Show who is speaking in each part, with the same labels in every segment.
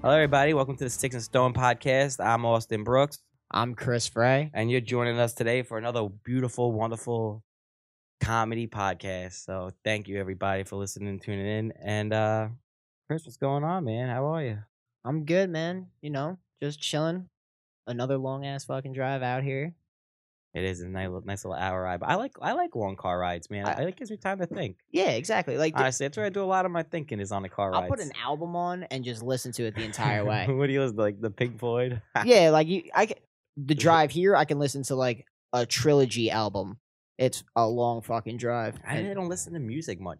Speaker 1: Hello, everybody. Welcome to the Sticks and Stone podcast. I'm Austin Brooks,
Speaker 2: I'm Chris Frey.
Speaker 1: and you're joining us today for another beautiful, wonderful comedy podcast. So, thank you, everybody, for listening and tuning in. And, uh, Chris, what's going on, man? How are you?
Speaker 2: I'm good, man. You know, just chilling. Another long ass fucking drive out here.
Speaker 1: It is a nice, little- nice little hour ride. But I like, I like long car rides, man. I,
Speaker 2: I-
Speaker 1: it gives me time to think.
Speaker 2: Yeah, exactly. Like th-
Speaker 1: Honestly, that's where I do a lot of my thinking is on the car rides.
Speaker 2: I'll put an album on and just listen to it the entire way.
Speaker 1: what do you listen to, like the Pink Floyd?
Speaker 2: yeah, like you, I c- the drive here, I can listen to like a trilogy album. It's a long fucking drive.
Speaker 1: I
Speaker 2: and
Speaker 1: really don't listen to music much.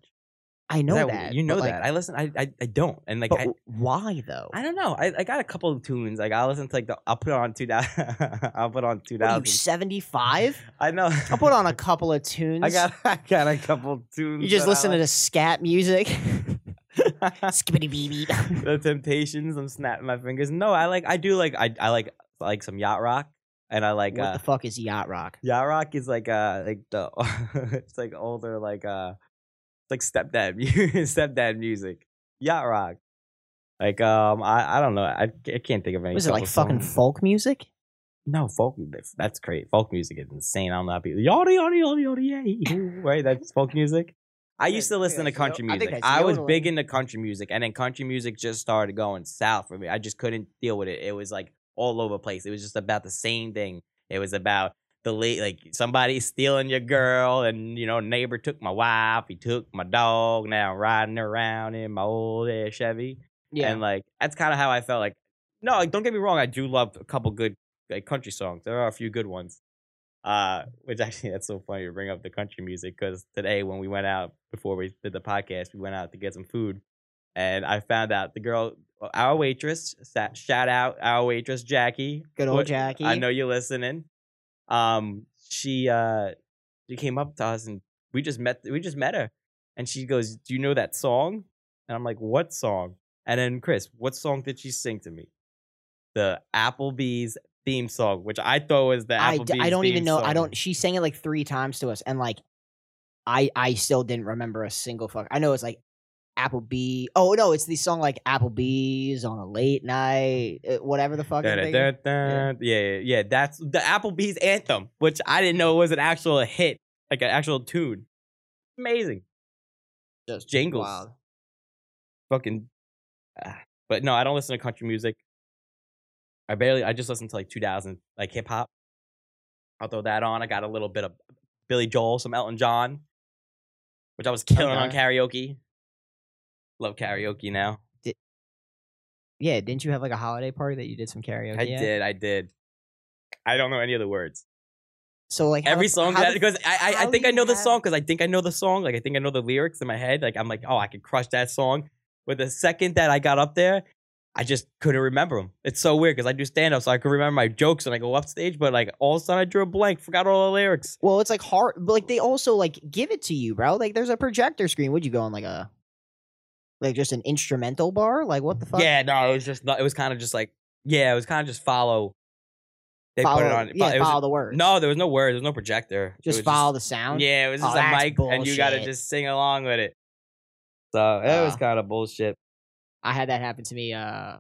Speaker 2: I know
Speaker 1: Is
Speaker 2: that,
Speaker 1: you
Speaker 2: but,
Speaker 1: know
Speaker 2: like,
Speaker 1: that. I listen. I, I, I don't. And like,
Speaker 2: but
Speaker 1: I,
Speaker 2: w- why though?
Speaker 1: I don't know. I, I got a couple of tunes. Like I will listen to like the I'll put on two thousand. I'll put on two
Speaker 2: What are you
Speaker 1: thousand.
Speaker 2: seventy five?
Speaker 1: I know.
Speaker 2: I'll put on a couple of tunes.
Speaker 1: I got I got a couple tunes.
Speaker 2: you just
Speaker 1: that I
Speaker 2: listen to
Speaker 1: like.
Speaker 2: the scat music. Skibbity bee bee.
Speaker 1: the Temptations. I'm snapping my fingers. No, I like I do like I I like like some yacht rock and I like
Speaker 2: What
Speaker 1: uh,
Speaker 2: the fuck is yacht rock?
Speaker 1: yacht rock is like uh like the it's like older like uh it's like stepdad mu- stepdad music yacht rock. Like um I I don't know I, I can't think of any.
Speaker 2: Was it like
Speaker 1: couple
Speaker 2: fucking
Speaker 1: songs.
Speaker 2: folk music?
Speaker 1: No, folk. That's, that's great. Folk music is insane. I don't know. how people- Yada yada yada yada yay. Right, that's folk music. I
Speaker 2: Yeah,
Speaker 1: used to
Speaker 2: I think
Speaker 1: listen to
Speaker 2: that's yo-
Speaker 1: country
Speaker 2: I think
Speaker 1: music.
Speaker 2: that's
Speaker 1: I, was
Speaker 2: yodeling.
Speaker 1: big into country music, and then country music just started going south for me. I just couldn't deal with it. It was like all over the place. It was just about the same thing. It was about the late, like somebody stealing your girl, and you know, neighbor took my wife. He took my dog. Now I'm riding around in my old ass Chevy. And like that's kind of how I felt. Like, no, like, don't get me wrong. I do love a couple good like country songs. There are a few good ones. Uh, which actually that's so funny to bring up the country music because today when we went out before we did the podcast, we went out to get some food, and I found out the girl, uh, our waitress, sa- shout out our waitress Jackie.
Speaker 2: Good old
Speaker 1: What-
Speaker 2: Jackie.
Speaker 1: I know you're listening. Um, she uh, she came up to us and we just met we just met her, and she goes, "Do you know that song?" And I'm like, "What song?" And then Chris, what song did she sing to me? The Applebee's theme song, which I thought was the
Speaker 2: I,
Speaker 1: Applebee's.
Speaker 2: d- I don't even
Speaker 1: theme
Speaker 2: know. I
Speaker 1: song.
Speaker 2: don't. She sang it like three times to us, and like, I I still didn't remember a single fuck. I know it's like Applebee. Oh no, it's the song like Applebee's on a late night, uh, whatever the fuck. I'm
Speaker 1: Da-da-da-da.
Speaker 2: thinking.
Speaker 1: Yeah. yeah, yeah, that's the Applebee's anthem, which I didn't know was an actual hit, like an actual tune. Amazing.
Speaker 2: Just
Speaker 1: jingles. fucking. ah. But no, I don't listen to country music. I barely. I just listen to like 2000, like hip hop. I'll throw that on. I got a little bit of Billy Joel, some Elton John, which I was killing on
Speaker 2: Okay.
Speaker 1: karaoke. Love karaoke now.
Speaker 2: Yeah, didn't you have like a holiday party that you did some karaoke?
Speaker 1: I
Speaker 2: at?
Speaker 1: did. I did. I don't know any of the words.
Speaker 2: So like how
Speaker 1: Every
Speaker 2: the f-
Speaker 1: song
Speaker 2: how
Speaker 1: that
Speaker 2: the-
Speaker 1: because I I, I
Speaker 2: how
Speaker 1: think I
Speaker 2: you
Speaker 1: know the
Speaker 2: have-
Speaker 1: song because I think I know the song. Like I think I know the lyrics in my head. Like I'm like, oh, I could crush that song. But the second that I got up there, I just couldn't remember them. It's so weird because I do stand up, so I can remember my jokes when I go up stage. But like all of a sudden, I drew a blank, forgot all the lyrics.
Speaker 2: Well, it's like hard. But like they also like give it to you, bro. Like there's a projector screen. Would you go on like a like just an instrumental bar? Like what the fuck?
Speaker 1: Yeah, no, it was just not, it was kind of just like yeah, it was kind of just follow. They
Speaker 2: follow,
Speaker 1: put it on.
Speaker 2: Yeah,
Speaker 1: it was-
Speaker 2: follow the words.
Speaker 1: no, there was no words. There was no projector. It
Speaker 2: just
Speaker 1: was
Speaker 2: follow the sound.
Speaker 1: Yeah, it was
Speaker 2: Oh,
Speaker 1: just a
Speaker 2: that's
Speaker 1: mic, and you got to
Speaker 2: bullshit.
Speaker 1: just sing along with it. So it was
Speaker 2: Uh.
Speaker 1: kind of bullshit.
Speaker 2: I had that happen to me uh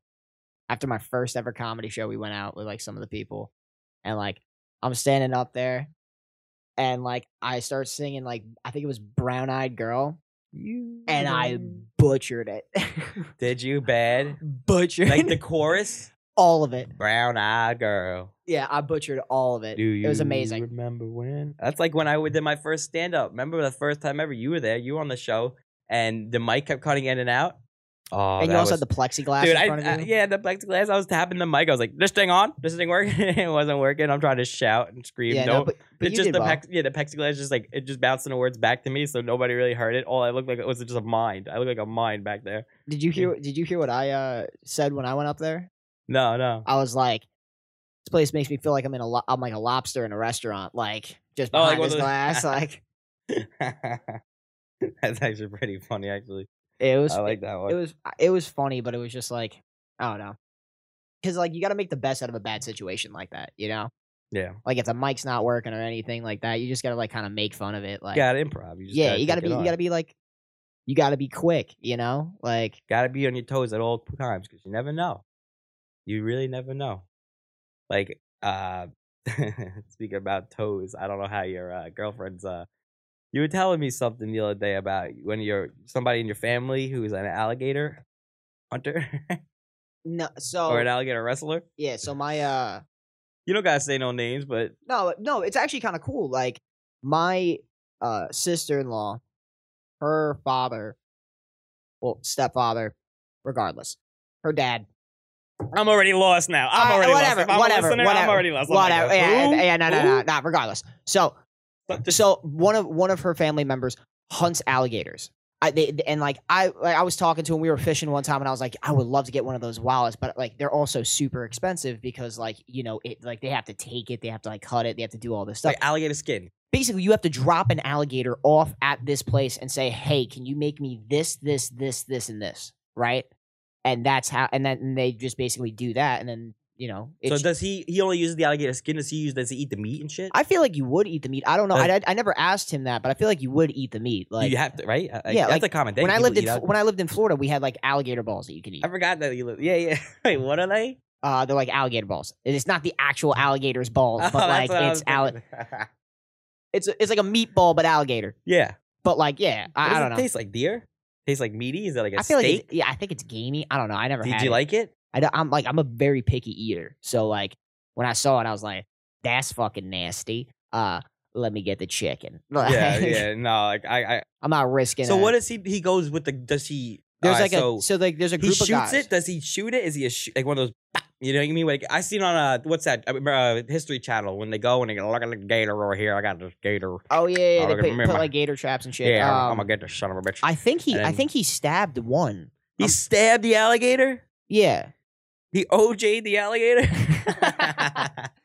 Speaker 2: after my first ever comedy show. We went out with like some of the people, and like I'm standing up there, and like I start singing like I think it was Brown Eyed Girl,
Speaker 1: You
Speaker 2: and I butchered it,
Speaker 1: Did you bad?
Speaker 2: butchered
Speaker 1: Like the chorus?
Speaker 2: all of it.
Speaker 1: Brown eyed girl.
Speaker 2: Yeah, I butchered all of it.
Speaker 1: Do you
Speaker 2: It was amazing.
Speaker 1: Remember when? That's like when I did my first stand up. Remember the first time ever you were there, you were on the show, and the mic kept cutting in and out. Oh,
Speaker 2: and
Speaker 1: that
Speaker 2: you also
Speaker 1: was-
Speaker 2: had the plexiglass
Speaker 1: Dude,
Speaker 2: in
Speaker 1: I,
Speaker 2: front
Speaker 1: I-
Speaker 2: of you.
Speaker 1: yeah, the plexiglass. I was tapping the mic. I was like, "This thing on? This thing working?" it wasn't working. I'm trying to shout and scream.
Speaker 2: Yeah,
Speaker 1: no,
Speaker 2: no, but, but
Speaker 1: it's
Speaker 2: you
Speaker 1: just
Speaker 2: did
Speaker 1: the
Speaker 2: well.
Speaker 1: pex- yeah, the plexiglass just like it just bounced the words back to me, so nobody really heard it. All I looked like was just a mind. I looked like a mind back there.
Speaker 2: Did you hear? Did you hear what I uh, said when I went up there?
Speaker 1: No, no.
Speaker 2: I was like, this place makes me feel like I'm in a lo- I'm like a lobster in a restaurant, like just
Speaker 1: Oh, like
Speaker 2: behind
Speaker 1: one
Speaker 2: this
Speaker 1: of those-
Speaker 2: glass. like
Speaker 1: That's actually pretty funny, actually.
Speaker 2: it was,
Speaker 1: I like that one.
Speaker 2: it was, it was funny, but it was just like I don't know, because like you got to make the best out of a bad situation like that, you know?
Speaker 1: yeah.
Speaker 2: Like if the mic's not working or anything like that, you just got to like kind of make fun of it. Like
Speaker 1: got improv. You just
Speaker 2: yeah,
Speaker 1: gotta
Speaker 2: you got to
Speaker 1: take
Speaker 2: be,
Speaker 1: it
Speaker 2: you
Speaker 1: on.
Speaker 2: got to be like, you got to be quick, you know? Like
Speaker 1: Gotta be on your toes at all times because you never know. you really never know. Like, uh, speaking about toes, I don't know how your uh, girlfriend's. Uh, you were telling me something the other day about when you're somebody in your family who's an alligator hunter
Speaker 2: No, so
Speaker 1: or an alligator wrestler.
Speaker 2: yeah, so my uh,
Speaker 1: You don't gotta say no names, but
Speaker 2: no, no, it's actually kind of cool. Like my uh sister-in-law, her father, well, stepfather, regardless, her dad.
Speaker 1: I'm already lost now. I'm
Speaker 2: I-
Speaker 1: already
Speaker 2: whatever,
Speaker 1: lost. If I'm a
Speaker 2: whatever,
Speaker 1: listener,
Speaker 2: whatever,
Speaker 1: I'm already lost. I'm like,
Speaker 2: whatever. yeah,
Speaker 1: who?
Speaker 2: yeah, no, no, no,
Speaker 1: Who?
Speaker 2: no. Regardless, so
Speaker 1: But this-
Speaker 2: so one of one of her family members hunts alligators. I they, and like I like, I was talking to him. We were fishing one time, and I was like, I would love to get one of those wallets, but like they're also super expensive because like you know it like they have to take it, they have to like cut it, they have to do all this stuff.
Speaker 1: like alligator skin.
Speaker 2: Basically, you have to drop an alligator off at this place and say, Hey, can you make me this, this, this, this, and this, right? And that's how. And then and they just basically do that, and then you know.
Speaker 1: So
Speaker 2: It's,
Speaker 1: does he? He only uses the alligator skin. Does he use? Does he eat the meat and shit?
Speaker 2: I feel like you would eat the meat. I don't know.
Speaker 1: Uh,
Speaker 2: I, I, I never asked him that, but I feel like you would eat the meat. Like
Speaker 1: you have to, right? I,
Speaker 2: Yeah,
Speaker 1: yeah, that's
Speaker 2: like,
Speaker 1: a common thing.
Speaker 2: when I
Speaker 1: People
Speaker 2: lived in
Speaker 1: eat
Speaker 2: F-
Speaker 1: alligator-
Speaker 2: when I lived in Florida, we had like alligator balls that you could eat.
Speaker 1: I forgot that you. Lived, yeah, yeah. Wait, what are they?
Speaker 2: Uh, they're like alligator balls. It's not the actual alligator's balls, but
Speaker 1: Oh, that's
Speaker 2: like
Speaker 1: what I
Speaker 2: it's
Speaker 1: was
Speaker 2: alli-
Speaker 1: thinking.
Speaker 2: It's it's like a meatball, but alligator.
Speaker 1: yeah.
Speaker 2: But like, yeah,
Speaker 1: What
Speaker 2: I,
Speaker 1: does
Speaker 2: I don't
Speaker 1: it
Speaker 2: know.
Speaker 1: Tastes like deer. Tastes like meaty. Is that like a
Speaker 2: I feel like
Speaker 1: steak?
Speaker 2: it's, yeah, I think it's gamey. I don't know. I never
Speaker 1: Did
Speaker 2: had
Speaker 1: you
Speaker 2: it.
Speaker 1: like it?
Speaker 2: I don't- I'm like I'm a very picky eater, so like when I saw it, I was like, that's fucking nasty. Uh, let me get the chicken.
Speaker 1: yeah, yeah. No, like I. I
Speaker 2: I'm not risking.
Speaker 1: so
Speaker 2: a-
Speaker 1: what does he? He goes with the. Does he?
Speaker 2: There's
Speaker 1: alright,
Speaker 2: like
Speaker 1: so
Speaker 2: a so like there's a
Speaker 1: he
Speaker 2: group
Speaker 1: shoots
Speaker 2: of guys.
Speaker 1: it. Does he shoot it? Is he a sh- like one of those? "Pop," You know what I mean? Like I seen on uh what's that? Uh, uh, History Channel when they go and they go, look at the gator over here. I got this gator.
Speaker 2: Oh yeah, yeah,
Speaker 1: Oh,
Speaker 2: they
Speaker 1: look at
Speaker 2: put,
Speaker 1: me,
Speaker 2: put
Speaker 1: my-
Speaker 2: like gator traps and shit.
Speaker 1: Yeah, I'm-
Speaker 2: um,
Speaker 1: I'm gonna get this son of a bitch.
Speaker 2: I think he, I
Speaker 1: And-
Speaker 2: think he stabbed one.
Speaker 1: he
Speaker 2: I'm-
Speaker 1: stabbed the alligator.
Speaker 2: Yeah,
Speaker 1: He OJ the alligator.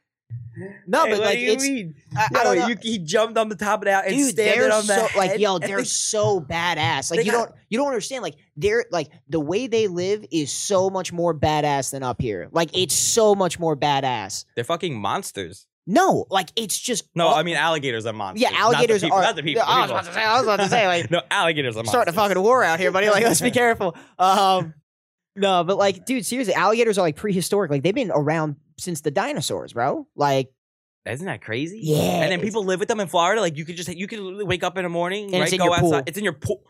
Speaker 2: no,
Speaker 1: Hey,
Speaker 2: but
Speaker 1: what
Speaker 2: like
Speaker 1: do you
Speaker 2: it's,
Speaker 1: mean?
Speaker 2: I, I
Speaker 1: No,
Speaker 2: don't know.
Speaker 1: you, he jumped on the top of that and
Speaker 2: dude,
Speaker 1: stabbed
Speaker 2: they're
Speaker 1: it on the
Speaker 2: so
Speaker 1: head.
Speaker 2: like yo,
Speaker 1: and
Speaker 2: they're
Speaker 1: they-
Speaker 2: so badass. Like
Speaker 1: they
Speaker 2: you
Speaker 1: got-
Speaker 2: don't, you don't understand. Like they're like the way they live is so much more badass than up here. Like it's so much more badass.
Speaker 1: they're fucking monsters.
Speaker 2: No, like it's just
Speaker 1: No,
Speaker 2: all-
Speaker 1: I mean alligators are monsters.
Speaker 2: yeah,
Speaker 1: not the
Speaker 2: alligators
Speaker 1: people-
Speaker 2: are
Speaker 1: not the people.
Speaker 2: I was
Speaker 1: the
Speaker 2: about to
Speaker 1: people.
Speaker 2: say, I was about to say, like
Speaker 1: no, alligators are
Speaker 2: I'm
Speaker 1: monsters.
Speaker 2: starting a fucking war out here, buddy. Like let's be careful. Um, no, but like, dude, seriously, alligators are like prehistoric. Like they've been around since the dinosaurs, bro. Like
Speaker 1: Isn't that crazy?
Speaker 2: yeah,
Speaker 1: And then
Speaker 2: it's-
Speaker 1: people live with them in Florida. Like you could just you could literally wake up in the morning,
Speaker 2: it's
Speaker 1: right?
Speaker 2: in
Speaker 1: go
Speaker 2: your
Speaker 1: outside.
Speaker 2: pool.
Speaker 1: It's in your pool.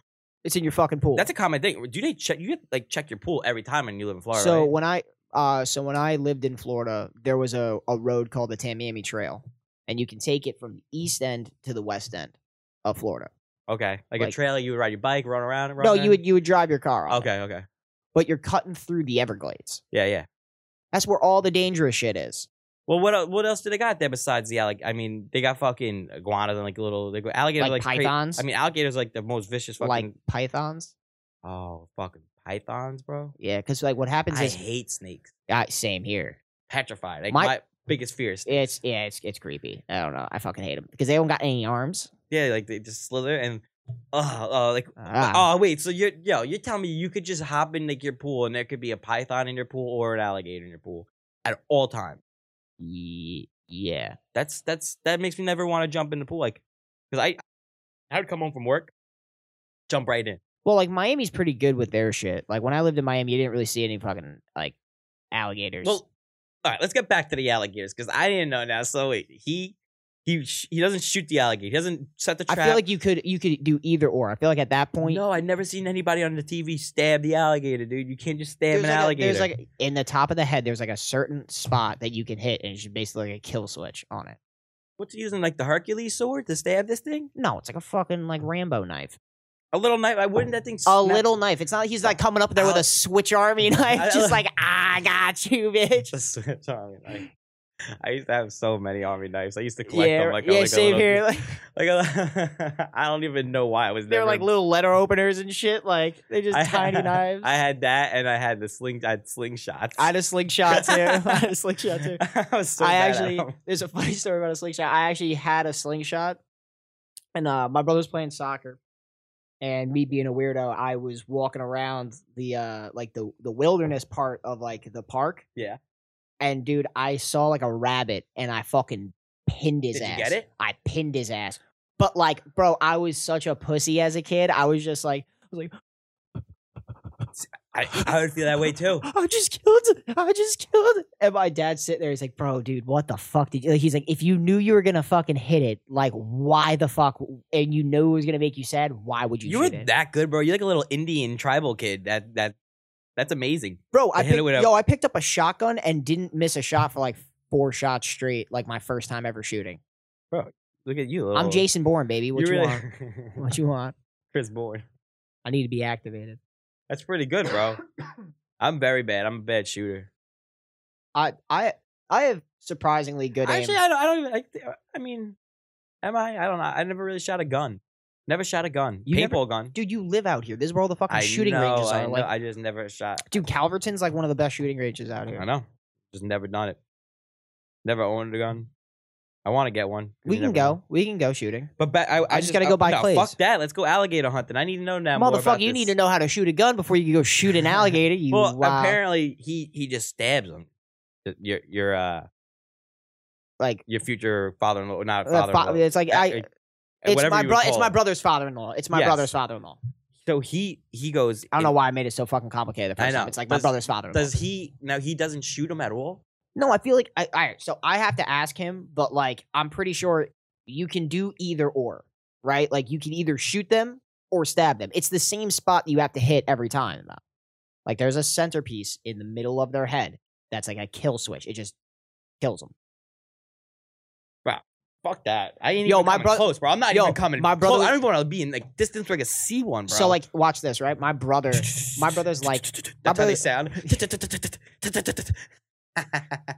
Speaker 2: It's in your fucking pool.
Speaker 1: That's a common thing. Do they check? You have, to, like check your pool every time when you live in Florida.
Speaker 2: so
Speaker 1: right?
Speaker 2: when I uh so when I lived in Florida, there was a, a road called the Tamiami Trail. And you can take it from the east end to the west end of Florida.
Speaker 1: okay, like, a
Speaker 2: like-
Speaker 1: trailer, you would ride your bike, run around. Run
Speaker 2: no,
Speaker 1: around.
Speaker 2: you would you would drive your car on. it,
Speaker 1: Okay, okay,
Speaker 2: But you're cutting through the Everglades.
Speaker 1: yeah, yeah.
Speaker 2: That's where all the dangerous shit is.
Speaker 1: Well, what el- what else do they got there besides the alligator? I mean, they got fucking iguanas and like little they go, alligators,
Speaker 2: Like
Speaker 1: like, cra-
Speaker 2: pythons?
Speaker 1: I mean, alligators are, like the most vicious fucking.
Speaker 2: Like pythons.
Speaker 1: oh, fucking pythons, bro.
Speaker 2: Yeah, because like what happens
Speaker 1: I
Speaker 2: is
Speaker 1: hate snakes.
Speaker 2: uh, same here.
Speaker 1: Petrified. Like
Speaker 2: My-
Speaker 1: my, biggest fear. Is snakes.
Speaker 2: It's yeah, it's it's creepy. I don't know. I fucking hate them because they don't got any arms.
Speaker 1: yeah, like they just slither and oh, oh like
Speaker 2: Ah.
Speaker 1: Oh wait, so you're yo, you're telling me you could just hop in like your pool and there could be a python in your pool or an alligator in your pool at all time.
Speaker 2: Ye- yeah.
Speaker 1: That's that's that makes me never want to jump in the pool like because I I would come home from work, jump right in.
Speaker 2: Well, like Miami's pretty good with their shit. Like when I lived in Miami, you didn't really see any fucking like alligators.
Speaker 1: Well, all right, let's get back to the alligators because I didn't know now. So wait, he he sh- he doesn't shoot the alligator. He doesn't set the
Speaker 2: I
Speaker 1: trap.
Speaker 2: feel like you could you could do either or. I feel like at that point,
Speaker 1: no, I've never seen anybody on the TV stab the alligator, dude. You can't just stab
Speaker 2: there's,
Speaker 1: an
Speaker 2: like a,
Speaker 1: alligator.
Speaker 2: there's like in the top of the head, there's like a certain spot that you can hit, and it's just basically like a kill switch on it.
Speaker 1: What's he using like the Hercules sword to stab this thing?
Speaker 2: No, it's like a fucking like Rambo knife,
Speaker 1: A little knife? Why wouldn't that thing?
Speaker 2: a
Speaker 1: snap-
Speaker 2: little knife. It's not like he's like coming up there with
Speaker 1: I'll-
Speaker 2: a Switch Army knife,
Speaker 1: I'll-
Speaker 2: just like "Ah, I got you, bitch.
Speaker 1: The Swiss Army knife. I used to have so many army knives. I used to collect
Speaker 2: yeah,
Speaker 1: them. Like, a-
Speaker 2: yeah,
Speaker 1: like a
Speaker 2: same
Speaker 1: little-
Speaker 2: here. Like,
Speaker 1: Like a, I don't even know why I was.
Speaker 2: they're
Speaker 1: never-
Speaker 2: like little letter openers and shit. Like they're just
Speaker 1: I
Speaker 2: tiny
Speaker 1: had,
Speaker 2: knives.
Speaker 1: I had that, and I had the sling. I had slingshots.
Speaker 2: I had a slingshot too. I had a slingshot too.
Speaker 1: I was so
Speaker 2: I
Speaker 1: bad at
Speaker 2: actually
Speaker 1: them.
Speaker 2: there's a funny story about a slingshot. I actually had a slingshot, and uh, my brother's playing soccer, and me being a weirdo, I was walking around the uh, like the the wilderness part of like the park.
Speaker 1: Yeah.
Speaker 2: And dude, I saw like a rabbit, and I fucking pinned his
Speaker 1: Did you
Speaker 2: ass.
Speaker 1: get it?
Speaker 2: I pinned his ass. But like, bro, I was such a pussy as a kid. I was just like,
Speaker 1: I, I would feel that way too.
Speaker 2: I just killed it. I just killed it. And my dad's sitting there. He's like, bro, dude, what the fuck did you? He's like, if you knew you were going to fucking hit it, like, why the fuck? And you knew it was going to make you sad, why would you
Speaker 1: You were
Speaker 2: shoot it?
Speaker 1: that good, bro. You're like a little Indian tribal kid. That that that's amazing.
Speaker 2: bro, I
Speaker 1: hit it
Speaker 2: picked,
Speaker 1: with a-
Speaker 2: yo, I picked up a shotgun and didn't miss a shot for like four shots straight, like my first time ever shooting.
Speaker 1: Look at you.
Speaker 2: I'm
Speaker 1: little-
Speaker 2: Jason Bourne, baby. What you,
Speaker 1: really-
Speaker 2: want? What you want?
Speaker 1: Chris Bourne.
Speaker 2: I need to be activated.
Speaker 1: That's pretty good, bro. I'm very bad. I'm a bad shooter.
Speaker 2: I I I have surprisingly good aim.
Speaker 1: Actually, I don't. I don't even. I, th- uh, I mean, am I? I don't know. I never really shot a gun. Never shot a gun.
Speaker 2: You never-
Speaker 1: Paintball gun.
Speaker 2: dude, you live out here. This is where all the fucking
Speaker 1: I
Speaker 2: shooting
Speaker 1: know,
Speaker 2: ranges
Speaker 1: I
Speaker 2: are.
Speaker 1: know,
Speaker 2: Like,
Speaker 1: I just never shot.
Speaker 2: dude, Calverton's like one of the best shooting ranges out here.
Speaker 1: I know. Just never done it. Never owned a gun. I want to get one. 'cause
Speaker 2: We
Speaker 1: you
Speaker 2: can
Speaker 1: never know.
Speaker 2: go. We can go shooting.
Speaker 1: But ba- I, I,
Speaker 2: just gotta go buy
Speaker 1: no,
Speaker 2: clays.
Speaker 1: Fuck that. Let's go alligator hunting. I need to know now. more
Speaker 2: Motherfucker,
Speaker 1: about
Speaker 2: you
Speaker 1: this.
Speaker 2: need to know how to shoot a gun before you can go shoot an alligator. You uh
Speaker 1: Well,
Speaker 2: wow.
Speaker 1: apparently he he just stabs him. Your your uh
Speaker 2: like
Speaker 1: your future father-in-law, not
Speaker 2: uh, fa-
Speaker 1: father-in-law.
Speaker 2: it's like I. It's
Speaker 1: whatever
Speaker 2: my
Speaker 1: you would
Speaker 2: bro. It's
Speaker 1: call
Speaker 2: my
Speaker 1: it.
Speaker 2: brother's father-in-law. It's my
Speaker 1: Yes.
Speaker 2: brother's father-in-law.
Speaker 1: So he he goes.
Speaker 2: I don't know
Speaker 1: and
Speaker 2: why I made it so fucking complicated. The
Speaker 1: I
Speaker 2: first time.
Speaker 1: know.
Speaker 2: It's like my
Speaker 1: Does-
Speaker 2: brother's father-in-law.
Speaker 1: Does he now? He doesn't shoot him at all.
Speaker 2: No, I feel like I. All right, so I have to ask him, but like I'm pretty sure you can do either or, right? Like you can either shoot them or stab them. It's the same spot you have to hit every time. Though. Like there's a centerpiece in the middle of their head that's like a kill switch. It just kills them.
Speaker 1: Fuck that. I ain't
Speaker 2: Yo,
Speaker 1: even
Speaker 2: my
Speaker 1: coming
Speaker 2: brother-
Speaker 1: close, bro. I'm not
Speaker 2: Yo,
Speaker 1: even coming.
Speaker 2: my brother
Speaker 1: close. I
Speaker 2: was-
Speaker 1: don't even want to be in like distance where I can see one, bro.
Speaker 2: So like, watch this, right? My brother, my brother's like- my
Speaker 1: That's how
Speaker 2: brother-
Speaker 1: they sound.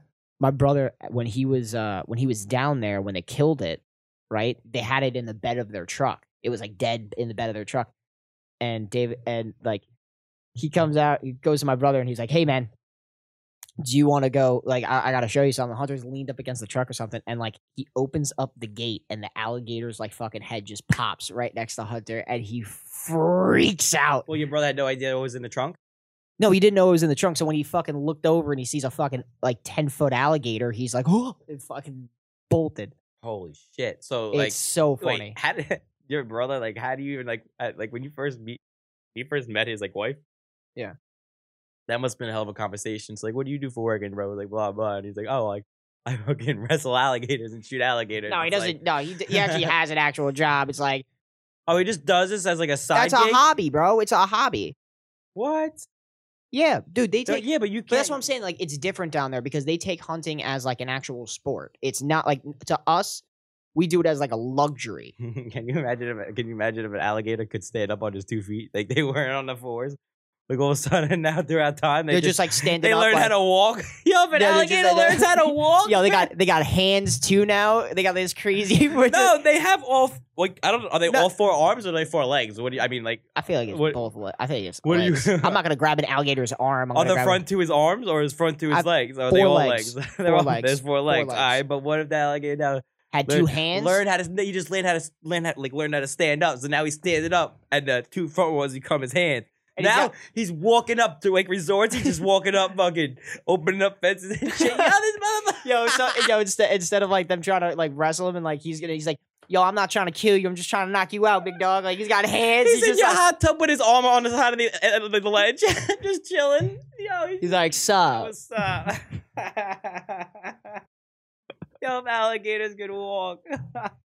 Speaker 2: my brother, when he was uh when he was down there when they killed it, right? They had it in the bed of their truck. It was like dead in the bed of their truck. And David and like he comes out, he goes to my brother and he's like, Hey man, do you want to go? Like, I, I gotta show you something. Hunter's leaned up against the truck or something, and like he opens up the gate and the alligator's like fucking head just pops right next to Hunter and he freaks out.
Speaker 1: well, your brother had no idea what was in the trunk.
Speaker 2: No, he didn't know it was in the trunk. So when he fucking looked over and he sees a fucking like ten foot alligator, he's like, oh, and fucking bolted.
Speaker 1: Holy shit! So like,
Speaker 2: it's so
Speaker 1: wait,
Speaker 2: funny.
Speaker 1: how did your brother like? How do you even like? at- Like when you first meet, you first met his like wife.
Speaker 2: Yeah.
Speaker 1: That must have been a hell of a conversation. So like, what do you do for work? And bro was like, blah blah. And he's like, oh, like I fucking wrestle alligators and shoot alligators.
Speaker 2: no, he
Speaker 1: It's like,
Speaker 2: doesn't. no, he, d- he actually has an actual job. It's like
Speaker 1: oh, he just does this as like a side
Speaker 2: that's
Speaker 1: gig.
Speaker 2: a hobby, bro. It's a hobby.
Speaker 1: what?
Speaker 2: Yeah, dude, they
Speaker 1: No,
Speaker 2: take.
Speaker 1: yeah, but you. Can't,
Speaker 2: But that's what I'm saying. Like, it's different down there because they take hunting as like an actual sport. It's not like to us, we do it as like a luxury.
Speaker 1: can you imagine? If, can you imagine if an alligator could stand up on his two feet? Like they weren't on the fours. Like all of a sudden now throughout time they
Speaker 2: They are just, like standing.
Speaker 1: they
Speaker 2: up,
Speaker 1: learn
Speaker 2: like,
Speaker 1: how to walk. Yo, if an
Speaker 2: Yeah, they're just
Speaker 1: alligator
Speaker 2: like that.
Speaker 1: learns how to walk.
Speaker 2: Yo, they got they got hands too now. They got this crazy.
Speaker 1: No, they have all f- like I don't. Are they
Speaker 2: No.
Speaker 1: all four arms or are they four legs? What do you? I mean, like
Speaker 2: I feel like it's
Speaker 1: What-
Speaker 2: both. le- I think it's.
Speaker 1: what do you-
Speaker 2: legs. I'm not gonna grab an alligator's arm. I'm
Speaker 1: on
Speaker 2: gonna
Speaker 1: the
Speaker 2: grab
Speaker 1: front two his arms or his front two his
Speaker 2: I've-
Speaker 1: legs? Are they
Speaker 2: four
Speaker 1: all
Speaker 2: legs.
Speaker 1: legs? They're
Speaker 2: Four
Speaker 1: all-
Speaker 2: legs.
Speaker 1: There's four legs.
Speaker 2: legs.
Speaker 1: All right, but what if the alligator now
Speaker 2: had
Speaker 1: learn-
Speaker 2: two hands.
Speaker 1: learn how to? You just learn how to learn how like learn how to stand up. So now he's standing up, and the two front ones become his hands.
Speaker 2: and he's
Speaker 1: now
Speaker 2: got-
Speaker 1: he's walking up to like resorts. He's just walking up, fucking opening up fences and shit. Yo, this motherfucker.
Speaker 2: yo, so, yo, instead instead of like them trying to like wrestle him and like he's gonna, he's like, yo, I'm not trying to kill you. I'm just trying to knock you out, big dog. Like he's got hands.
Speaker 1: He's,
Speaker 2: He's,
Speaker 1: in
Speaker 2: just
Speaker 1: your
Speaker 2: like,
Speaker 1: hot tub with his arm on the side of the, uh, the ledge, just chilling. Yo, he's
Speaker 2: he's like, sup.
Speaker 1: What's up? Yo, if alligators could walk.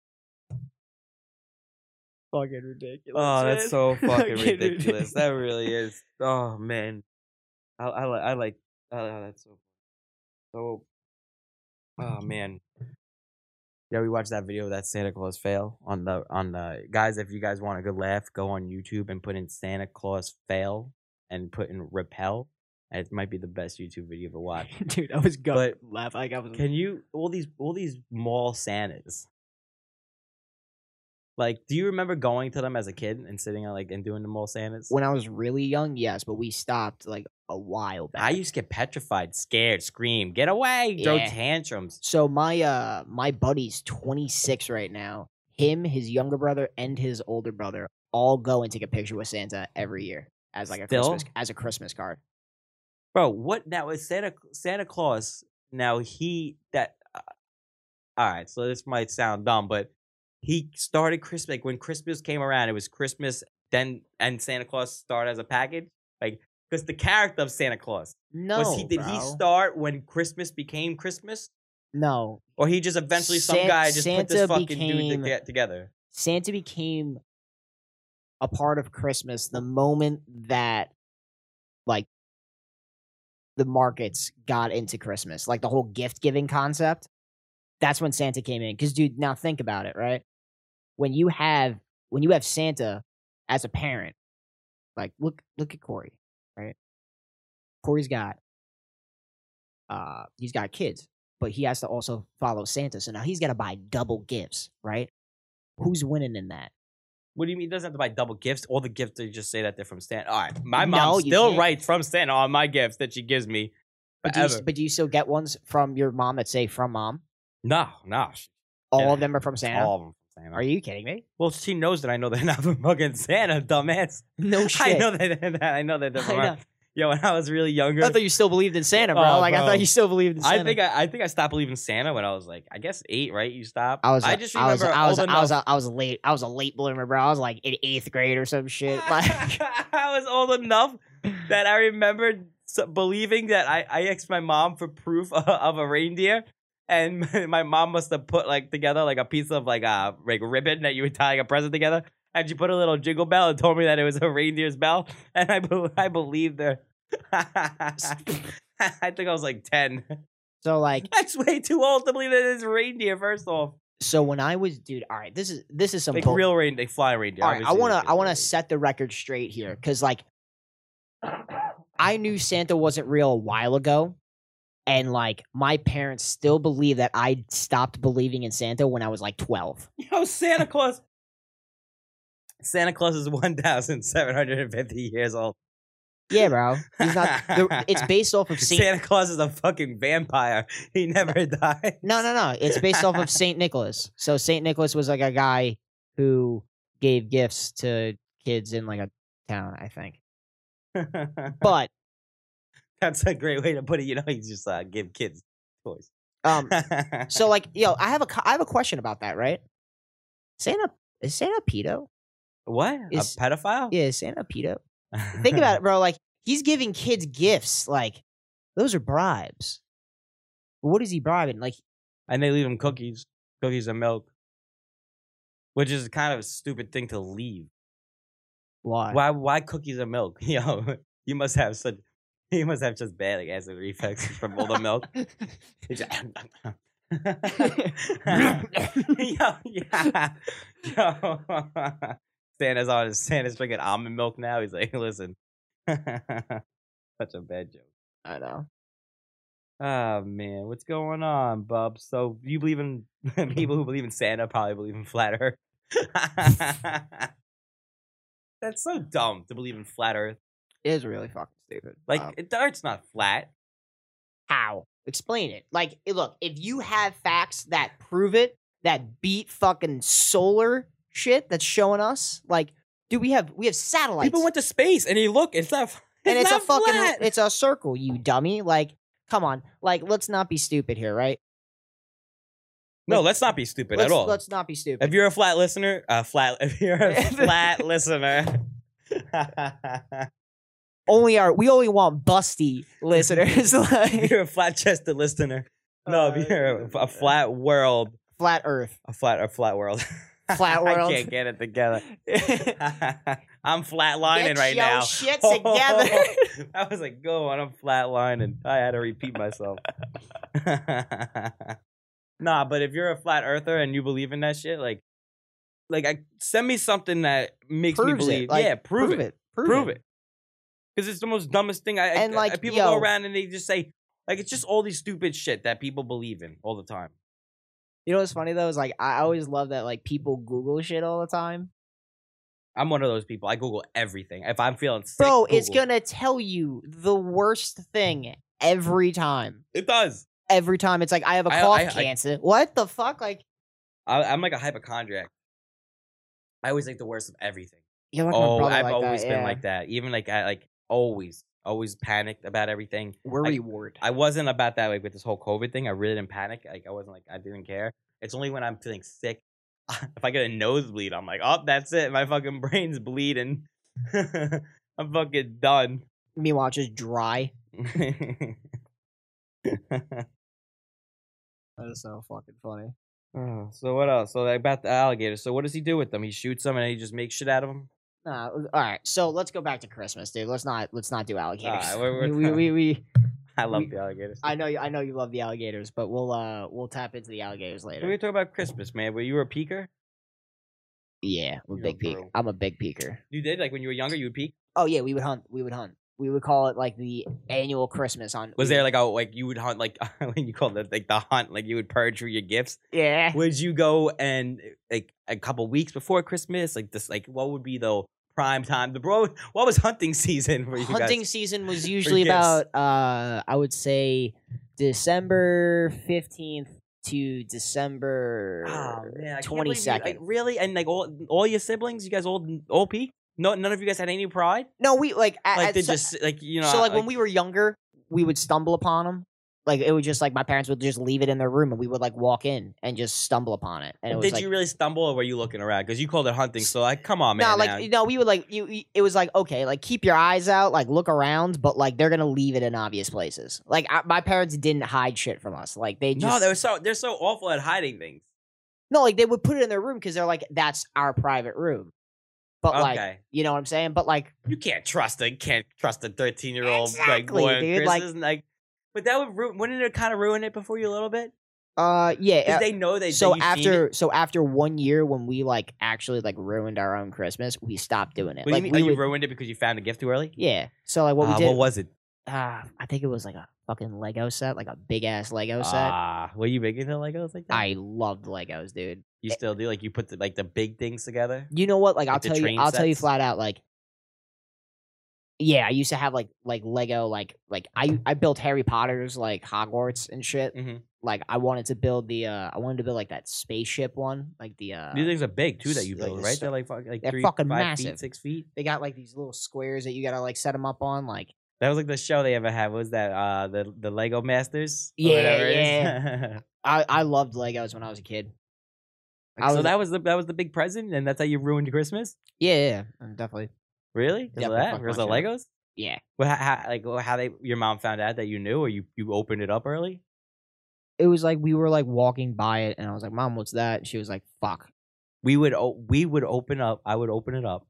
Speaker 2: Fucking ridiculous.
Speaker 1: Oh, that's
Speaker 2: man.
Speaker 1: so fucking
Speaker 2: Fucking
Speaker 1: ridiculous. That really is. Oh man, I I, li- I like. Oh, that's so. So. Oh man. Yeah, we watched that video of that Santa Claus fail on the on the guys. If you guys want a good laugh, go on YouTube and put in Santa Claus fail and put in repel. And it might be the best YouTube video ever watched.
Speaker 2: dude. I was going
Speaker 1: But-
Speaker 2: laugh. Like I was.
Speaker 1: Can you all these all these mall Santas? Like, do you remember going to them as a kid and sitting out like and doing the mall Santas?
Speaker 2: When I was really young, yes, but we stopped like a while back.
Speaker 1: I used to get petrified, scared, scream, get away, throw
Speaker 2: Yeah.
Speaker 1: tantrums.
Speaker 2: So my uh my buddy's 26 right now. Him, his younger brother, and his older brother all go and take a picture with Santa every year as like a
Speaker 1: Still?
Speaker 2: Christmas as a Christmas card.
Speaker 1: Bro, what now is Santa Santa Claus? Now he that uh, All right, so this might sound dumb, but he started Christmas like when Christmas came around, it was Christmas then and Santa Claus started as a package. Like because the character of Santa Claus
Speaker 2: No,
Speaker 1: was he? Did he
Speaker 2: bro.
Speaker 1: start when Christmas became Christmas,
Speaker 2: No,
Speaker 1: or he just eventually some
Speaker 2: San-
Speaker 1: guy just put this
Speaker 2: Santa
Speaker 1: fucking
Speaker 2: became-
Speaker 1: dude to get together?
Speaker 2: Santa became a part of Christmas the moment that like the markets got into Christmas, like the whole gift giving concept. That's when Santa came in. Cause dude, now think about it, right? When you have when you have Santa as a parent, like look look at Corey, right? Corey's got uh he's got kids, but he has to also follow Santa. So now he's gotta buy double gifts, right? Who's winning in that?
Speaker 1: What do you mean? He doesn't have to buy double gifts. All the gifts they just say that they're from Santa. All right, my
Speaker 2: No,
Speaker 1: mom
Speaker 2: you
Speaker 1: still
Speaker 2: can't.
Speaker 1: writes from Santa on my gifts that she gives me.
Speaker 2: But do, you, s-
Speaker 1: forever.
Speaker 2: but do you still get ones from your mom that say from mom?
Speaker 1: No, no, she-
Speaker 2: All
Speaker 1: Yeah.
Speaker 2: of them are from Santa.
Speaker 1: all of them from Santa.
Speaker 2: Are you kidding me?
Speaker 1: Well, she knows that I know they're not from fucking Santa, dumbass.
Speaker 2: No
Speaker 1: I know that, that I know that they're
Speaker 2: Oh, I
Speaker 1: from.
Speaker 2: know.
Speaker 1: Yo, when I was really younger,
Speaker 2: I thought you still believed in Santa, bro.
Speaker 1: Oh,
Speaker 2: like I
Speaker 1: bro.
Speaker 2: thought you still believed in Santa.
Speaker 1: I think I, I think I stopped believing Santa when I was like, I guess eight, right? You stop.
Speaker 2: I was.
Speaker 1: I
Speaker 2: a-
Speaker 1: just
Speaker 2: I was.
Speaker 1: remember
Speaker 2: I was.
Speaker 1: old
Speaker 2: I was.
Speaker 1: enough.
Speaker 2: a- I was late. I was a late bloomer, bro. I was like in eighth grade or some shit. Like,
Speaker 1: I was old enough that I remembered s- believing that I, I asked my mom for proof of, of a reindeer, and my- my mom must have put like together like a piece of like a like ribbon that you would tie like a present together, and she put a little jingle bell and told me that it was a reindeer's bell, and I be- I believed her. I think I was like ten.
Speaker 2: so like
Speaker 1: That's way too old to believe that it's reindeer. First off,
Speaker 2: so when I was dude. All right, this is this is some
Speaker 1: like
Speaker 2: bull-
Speaker 1: real reindeer, fly reindeer.
Speaker 2: All right, I
Speaker 1: obviously,
Speaker 2: want
Speaker 1: like,
Speaker 2: to I want to
Speaker 1: it's-
Speaker 2: set the record straight here cuz like I knew Santa wasn't real a while ago and like my parents still believe that I stopped believing in Santa when I was like 12.
Speaker 1: Yo, Santa Claus. Santa Claus is 1,750 years old.
Speaker 2: Yeah, bro. He's not the, it's based off of Saint
Speaker 1: Santa Claus is a fucking vampire. He never died.
Speaker 2: No, no, no. It's based off of Saint Nicholas. So Saint Nicholas was like a guy who gave gifts to kids in like a town, I think. But
Speaker 1: That's a great way to put it. You know, he just uh, give kids toys.
Speaker 2: um So like, yo, I have a co- I have a question about that, right? Santa is Santa a pedo?
Speaker 1: what?
Speaker 2: Is-
Speaker 1: a pedophile?
Speaker 2: Yeah, is Santa a pedo? Think about it, bro. Like he's giving kids gifts. Like those are bribes. What is he bribing? Like
Speaker 1: And they leave him cookies, cookies and milk, which is kind of a stupid thing to leave.
Speaker 2: why?
Speaker 1: Why? Why cookies and milk? Yo, you must have such. You must have just bad like, acid reflux from all the milk. It's just- yo, yeah, yo. Santa's on. his- Santa's drinking almond milk now. He's like, listen, such a bad joke.
Speaker 2: I know.
Speaker 1: Oh man, what's going on, bub? So you believe in people who believe in Santa probably believe in flat Earth. That's so dumb to believe in flat Earth.
Speaker 2: It is really fucking stupid.
Speaker 1: Like
Speaker 2: Um,
Speaker 1: it- the Earth's not flat.
Speaker 2: how? Explain it. Like it- look, if you have facts that prove it, that beat fucking solar shit that's showing us, like, dude, we have we have satellites.
Speaker 1: People went to space and you look, it's not. f- It's
Speaker 2: and it's,
Speaker 1: not
Speaker 2: a fucking
Speaker 1: flat.
Speaker 2: it's a circle, you dummy. Like, come on. Like, let's not be stupid here, right?
Speaker 1: no, let's not be stupid
Speaker 2: let's,
Speaker 1: at all.
Speaker 2: Let's not be stupid.
Speaker 1: If you're a flat listener, uh, flat. If you're a flat listener,
Speaker 2: only our we only want busty listeners,
Speaker 1: if
Speaker 2: like
Speaker 1: you're a flat-chested listener. No,
Speaker 2: Oh,
Speaker 1: if you're a, a flat world,
Speaker 2: flat Earth,
Speaker 1: a flat, a flat world,
Speaker 2: flat world.
Speaker 1: I can't get it together.
Speaker 2: Get
Speaker 1: I'm flatlining right
Speaker 2: your
Speaker 1: now.
Speaker 2: shit together.
Speaker 1: I was like, go on, I'm flatlining. I had to repeat myself. nah, but if you're a flat earther and you believe in that shit, like, like I send me something that makes me
Speaker 2: Proves it,
Speaker 1: believe.
Speaker 2: like,
Speaker 1: yeah, prove, it.
Speaker 2: Prove,
Speaker 1: Prove it. Because it's the most dumbest thing. I,
Speaker 2: And,
Speaker 1: I,
Speaker 2: like,
Speaker 1: I- people
Speaker 2: yo-
Speaker 1: go around and they just say, like, it's just all these stupid shit that people believe in all the time.
Speaker 2: You know what's funny though is like I always love that like people Google shit all the time.
Speaker 1: I'm one of those people. I Google everything. If I'm feeling sick,
Speaker 2: Bro, it's
Speaker 1: Google it.
Speaker 2: gonna tell you the worst thing every time.
Speaker 1: It does.
Speaker 2: Every time it's like I have a
Speaker 1: I-
Speaker 2: cough
Speaker 1: I- I-
Speaker 2: cancer. what the fuck? Like
Speaker 1: I, I'm like a hypochondriac. I always think the worst of everything.
Speaker 2: you're like my
Speaker 1: Oh,
Speaker 2: brother
Speaker 1: I've
Speaker 2: like
Speaker 1: always
Speaker 2: that,
Speaker 1: been
Speaker 2: yeah.
Speaker 1: like that. Even like I like always, always panicked about everything.
Speaker 2: worry ward.
Speaker 1: I wasn't about that like with this whole COVID thing. I really didn't panic. Like I wasn't like I didn't care. It's only when I'm feeling sick. If I get a nosebleed, I'm like, oh, that's it. My fucking brain's bleeding. I'm fucking done.
Speaker 2: Meanwhile, it's just dry. That is so fucking funny.
Speaker 1: Oh, so what else? So like, about the alligator. So what does he do with them? He shoots them and he just makes shit out of them.
Speaker 2: Nah, all right, so let's go back to Christmas, dude. Let's not let's not do alligators.
Speaker 1: right, we're- we're
Speaker 2: we, we, we, we-
Speaker 1: I love
Speaker 2: We-
Speaker 1: the alligators.
Speaker 2: I know you I know you love the alligators, but we'll uh we'll tap into the alligators
Speaker 1: We were
Speaker 2: later.
Speaker 1: talking about Christmas, man. Were you a peeker?
Speaker 2: Yeah, I'm a
Speaker 1: You're a
Speaker 2: big peek.
Speaker 1: bro.
Speaker 2: I'm a big peeker.
Speaker 1: You did like when you were younger. You would peek.
Speaker 2: Oh yeah, we would hunt. We would hunt. We would call it like the annual Christmas hunt.
Speaker 1: Was
Speaker 2: We-
Speaker 1: there like a like you would hunt like when you called it like the hunt like you would purge through your gifts?
Speaker 2: Yeah.
Speaker 1: Would you go and like a couple weeks before Christmas? Like this, like what would be the prime time? The bro, what was hunting season for you guys?
Speaker 2: Hunting season was usually
Speaker 1: gifts.
Speaker 2: about uh I would say December fifteenth to December
Speaker 1: Oh, man, I can't believe you-
Speaker 2: twenty
Speaker 1: like,
Speaker 2: second.
Speaker 1: really, and like all all your siblings, you guys all all peak. No, none of you guys had any pride.
Speaker 2: No, we like at,
Speaker 1: Like
Speaker 2: at
Speaker 1: they
Speaker 2: so-
Speaker 1: just like you know.
Speaker 2: so like when we were younger, we would stumble upon them. Like it was just like my parents would just leave it in their room, and we would like walk in and just stumble upon it. And it was
Speaker 1: did
Speaker 2: like,
Speaker 1: you really stumble or were you looking around? Because you called it hunting, so like come on, man.
Speaker 2: No,
Speaker 1: now.
Speaker 2: like no, we would like you. you- It was like okay, like keep your eyes out, like look around, but like they're gonna leave it in obvious places. Like I, my parents didn't hide shit from us. Like they just
Speaker 1: no, they're so they're so awful at hiding things.
Speaker 2: no, like they would put it in their room because they're like that's our private room. But like
Speaker 1: Okay.
Speaker 2: you know what I'm saying. But like
Speaker 1: You can't trust a can't trust a thirteen year old like
Speaker 2: Exactly,
Speaker 1: boy. on
Speaker 2: dude, like-
Speaker 1: Christmas, and, like, but that would ru- wouldn't it kind of ruin it before you a little bit?
Speaker 2: uh yeah.
Speaker 1: Because
Speaker 2: uh,
Speaker 1: they know they
Speaker 2: so
Speaker 1: that you've seen it.
Speaker 2: after so after one year when we like actually like ruined our own Christmas, we stopped doing it.
Speaker 1: What do you
Speaker 2: like
Speaker 1: mean?
Speaker 2: we
Speaker 1: Like, you
Speaker 2: would-
Speaker 1: ruined it because you found a gift too early.
Speaker 2: yeah. So like what we
Speaker 1: Ah,
Speaker 2: did,
Speaker 1: what was it?
Speaker 2: uh, I think it was like a fucking Lego set, like a big ass Lego set.
Speaker 1: Ah, were you big into Legos like that?
Speaker 2: I loved Legos, dude.
Speaker 1: You still do? Like you put the, like the big things together?
Speaker 2: You know what? Like I'll
Speaker 1: Like the
Speaker 2: tell you,
Speaker 1: train
Speaker 2: I'll tell you
Speaker 1: sets?
Speaker 2: flat out. Like, yeah, I used to have like like Lego, like like I I built Harry Potter's like Hogwarts and shit.
Speaker 1: Mhm.
Speaker 2: Like I wanted to build the uh I wanted to build like that spaceship one, like the uh
Speaker 1: These things are big too that you
Speaker 2: so-
Speaker 1: build, right? They're like fuck- like
Speaker 2: they're
Speaker 1: three,
Speaker 2: fucking
Speaker 1: five
Speaker 2: massive.
Speaker 1: feet, six feet.
Speaker 2: they got like these little squares that you gotta like set them up on, like
Speaker 1: That was like the show they ever had. What was that uh the the Lego Masters? or
Speaker 2: Yeah,
Speaker 1: whatever it is?
Speaker 2: I I loved Legos when I was a kid. I
Speaker 1: so
Speaker 2: was-
Speaker 1: that was the that was the big present, and that's how you ruined Christmas.
Speaker 2: Yeah, yeah, yeah, definitely.
Speaker 1: Really? Because of
Speaker 2: Definitely
Speaker 1: that?
Speaker 2: fucked
Speaker 1: Because of
Speaker 2: my shit
Speaker 1: Legos?
Speaker 2: Yeah,
Speaker 1: Well, how, how, like well, how they your mom found out that you knew, or you you opened it up early?
Speaker 2: it was like we were like walking by it, and I was like, "Mom, what's that?" And she was like, "Fuck."
Speaker 1: we would o- we would open up. I would open it up.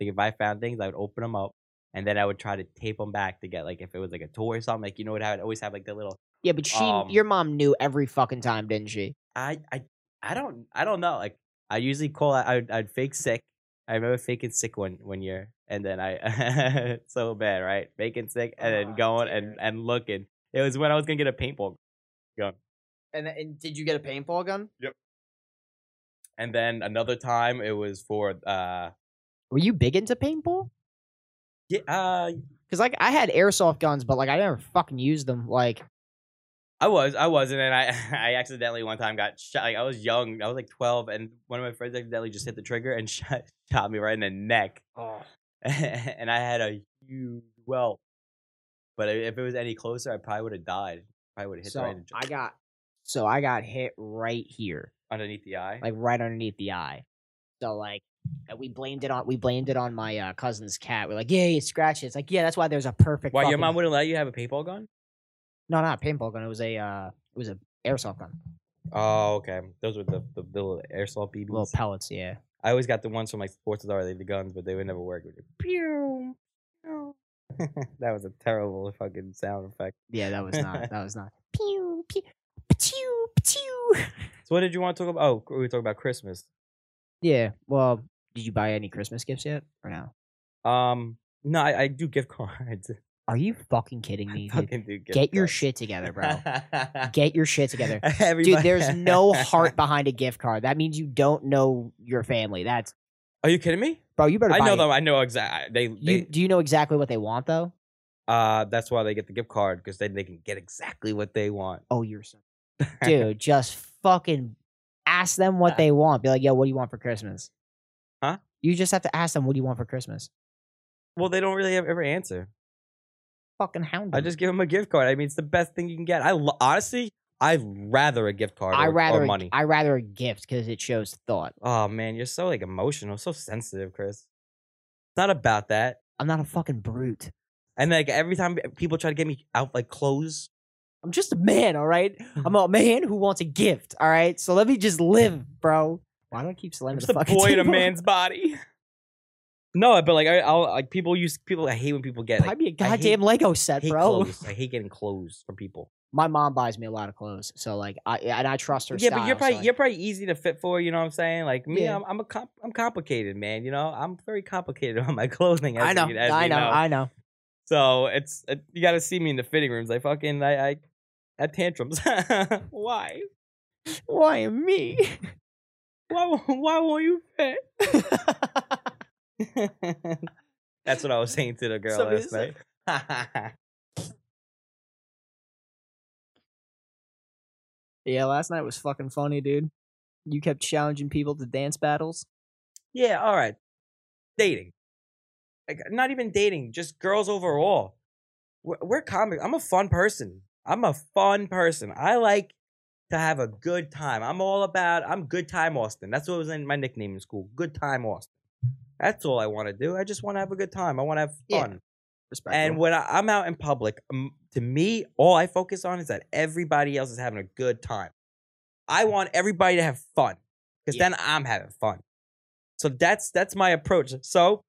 Speaker 1: Like if I found things, I would open them up, and then I would try to tape them back to get like if it was like a toy or something. Like you know what? I would always have like the little.
Speaker 2: Yeah, but she,
Speaker 1: Um,
Speaker 2: your mom knew every fucking time, didn't she?
Speaker 1: I I I don't I don't know. Like I usually call. I I'd, I'd fake sick. I remember faking sick one one year, and then I so bad right faking sick, and
Speaker 2: Aw,
Speaker 1: then going and
Speaker 2: dude.
Speaker 1: and looking. It was when I was gonna get a paintball
Speaker 2: And and did you get a paintball gun?
Speaker 1: And then another time it was for uh
Speaker 2: Were you big into paintball?
Speaker 1: yeah uh
Speaker 2: Because like I had airsoft guns, but like I never fucking used them. Like
Speaker 1: I was I wasn't and I I accidentally one time got shot like I was young I was like 12 and one of my friends accidentally just hit the trigger and shot, shot me right in the neck and I had a huge welt but i- if it was any closer I probably would have died probably would have hit
Speaker 2: so
Speaker 1: right in-
Speaker 2: I got so I got hit right here,
Speaker 1: underneath the eye
Speaker 2: like right underneath the eye. So like and we blamed it on we blamed it on my uh, cousin's cat. We're like, yeah, it scratched. it." It's like yeah, that's why there's a perfect.
Speaker 1: why your
Speaker 2: fucking-
Speaker 1: mom wouldn't let you have a paintball gun
Speaker 2: No, not a paintball gun. It was a uh, it was a airsoft gun.
Speaker 1: oh okay those were the the, the little airsoft BBs
Speaker 2: Mm-hmm. Little pellets, yeah.
Speaker 1: I always got the ones from like Sports Authority the guns but they would never work with you pew pew. that was a terrible fucking sound effect
Speaker 2: Yeah, that was not. that was not. Pew pew pew pew.
Speaker 1: so what did you want to talk about oh we were talking about Christmas
Speaker 2: Yeah. Well, did you buy any Christmas gifts yet or no?
Speaker 1: Um, no, I, I do gift cards.
Speaker 2: Are you fucking kidding me?
Speaker 1: I
Speaker 2: dude?
Speaker 1: fucking do gift
Speaker 2: Get your
Speaker 1: cards.
Speaker 2: shit together, bro.
Speaker 1: bro.
Speaker 2: Get your shit together.
Speaker 1: Everybody.
Speaker 2: Dude, there's no heart behind a gift card. That means you don't know your family. That's
Speaker 1: Are you kidding me?
Speaker 2: bro, you better
Speaker 1: I
Speaker 2: buy
Speaker 1: know
Speaker 2: it.
Speaker 1: them. I know exactly. They,
Speaker 2: You
Speaker 1: they
Speaker 2: do you know exactly what they want though?
Speaker 1: uh, that's why they get the gift card because then they can get exactly what they want.
Speaker 2: Oh, you're so dude, just fucking ask them what they want. Be like, yo, what do you want for Christmas?
Speaker 1: Huh?
Speaker 2: You just have to ask them what do you want for Christmas.
Speaker 1: Well, they don't really ever ever answer.
Speaker 2: Fucking hound
Speaker 1: I
Speaker 2: them.
Speaker 1: just give them a gift card. I mean, it's the best thing you can get. I lo- honestly, I'd rather a gift card.
Speaker 2: I
Speaker 1: or,
Speaker 2: rather
Speaker 1: or
Speaker 2: a-
Speaker 1: money.
Speaker 2: I rather a gift because it shows thought.
Speaker 1: oh man, you're so like emotional, so sensitive, Chris. It's not about that.
Speaker 2: I'm not a fucking brute.
Speaker 1: And like every time e, people try to get me out like clothes,
Speaker 2: I'm just a man, all right?
Speaker 1: Mm-hmm.
Speaker 2: I'm a man who wants a gift, all right? So let me just live, bro. Why do I keep slamming
Speaker 1: I'm
Speaker 2: the
Speaker 1: just a
Speaker 2: fucking
Speaker 1: boy in a
Speaker 2: table?
Speaker 1: man's body. No, but like I, I'll like people use people. I hate when people get
Speaker 2: Buy
Speaker 1: like,
Speaker 2: me a
Speaker 1: I hate-
Speaker 2: goddamn Lego set,
Speaker 1: hate
Speaker 2: bro.
Speaker 1: clothes. I hate getting clothes from people.
Speaker 2: My mom buys me a lot of clothes, so like I and I trust her.
Speaker 1: yeah,
Speaker 2: style,
Speaker 1: but you're
Speaker 2: so,
Speaker 1: probably
Speaker 2: like,
Speaker 1: you're probably easy to fit for. You know what I'm saying? Like me,
Speaker 2: Yeah.
Speaker 1: I'm I'm a comp- I'm complicated, man. You know, I'm very complicated on my clothing. As
Speaker 2: I know,
Speaker 1: you- as
Speaker 2: I
Speaker 1: you
Speaker 2: know, I know.
Speaker 1: So it's it, you got to see me in the fitting rooms. I fucking I I at tantrums. why?
Speaker 2: Why me?
Speaker 1: Why won't- why won't you fit? That's what I was saying to the girl
Speaker 2: Somebody
Speaker 1: last night.
Speaker 2: yeah, last night was fucking funny, dude. You kept challenging people to dance battles.
Speaker 1: yeah, all right. Dating, like not even dating, just girls overall. We're, we're comic. I'm a fun person. I'm a fun person. I like to have a good time. I'm all about. I'm good time Austin. That's what was in my nickname in school. Good time Austin. That's all I want to do. I just want to have a good time. I want to have
Speaker 2: Yeah.
Speaker 1: fun.
Speaker 2: Respectful.
Speaker 1: And when I, I'm out in public, um, to me, all I focus on is that everybody else is having a good time. I want everybody to have fun because
Speaker 2: Yeah.
Speaker 1: then I'm having fun. So that's that's my approach. So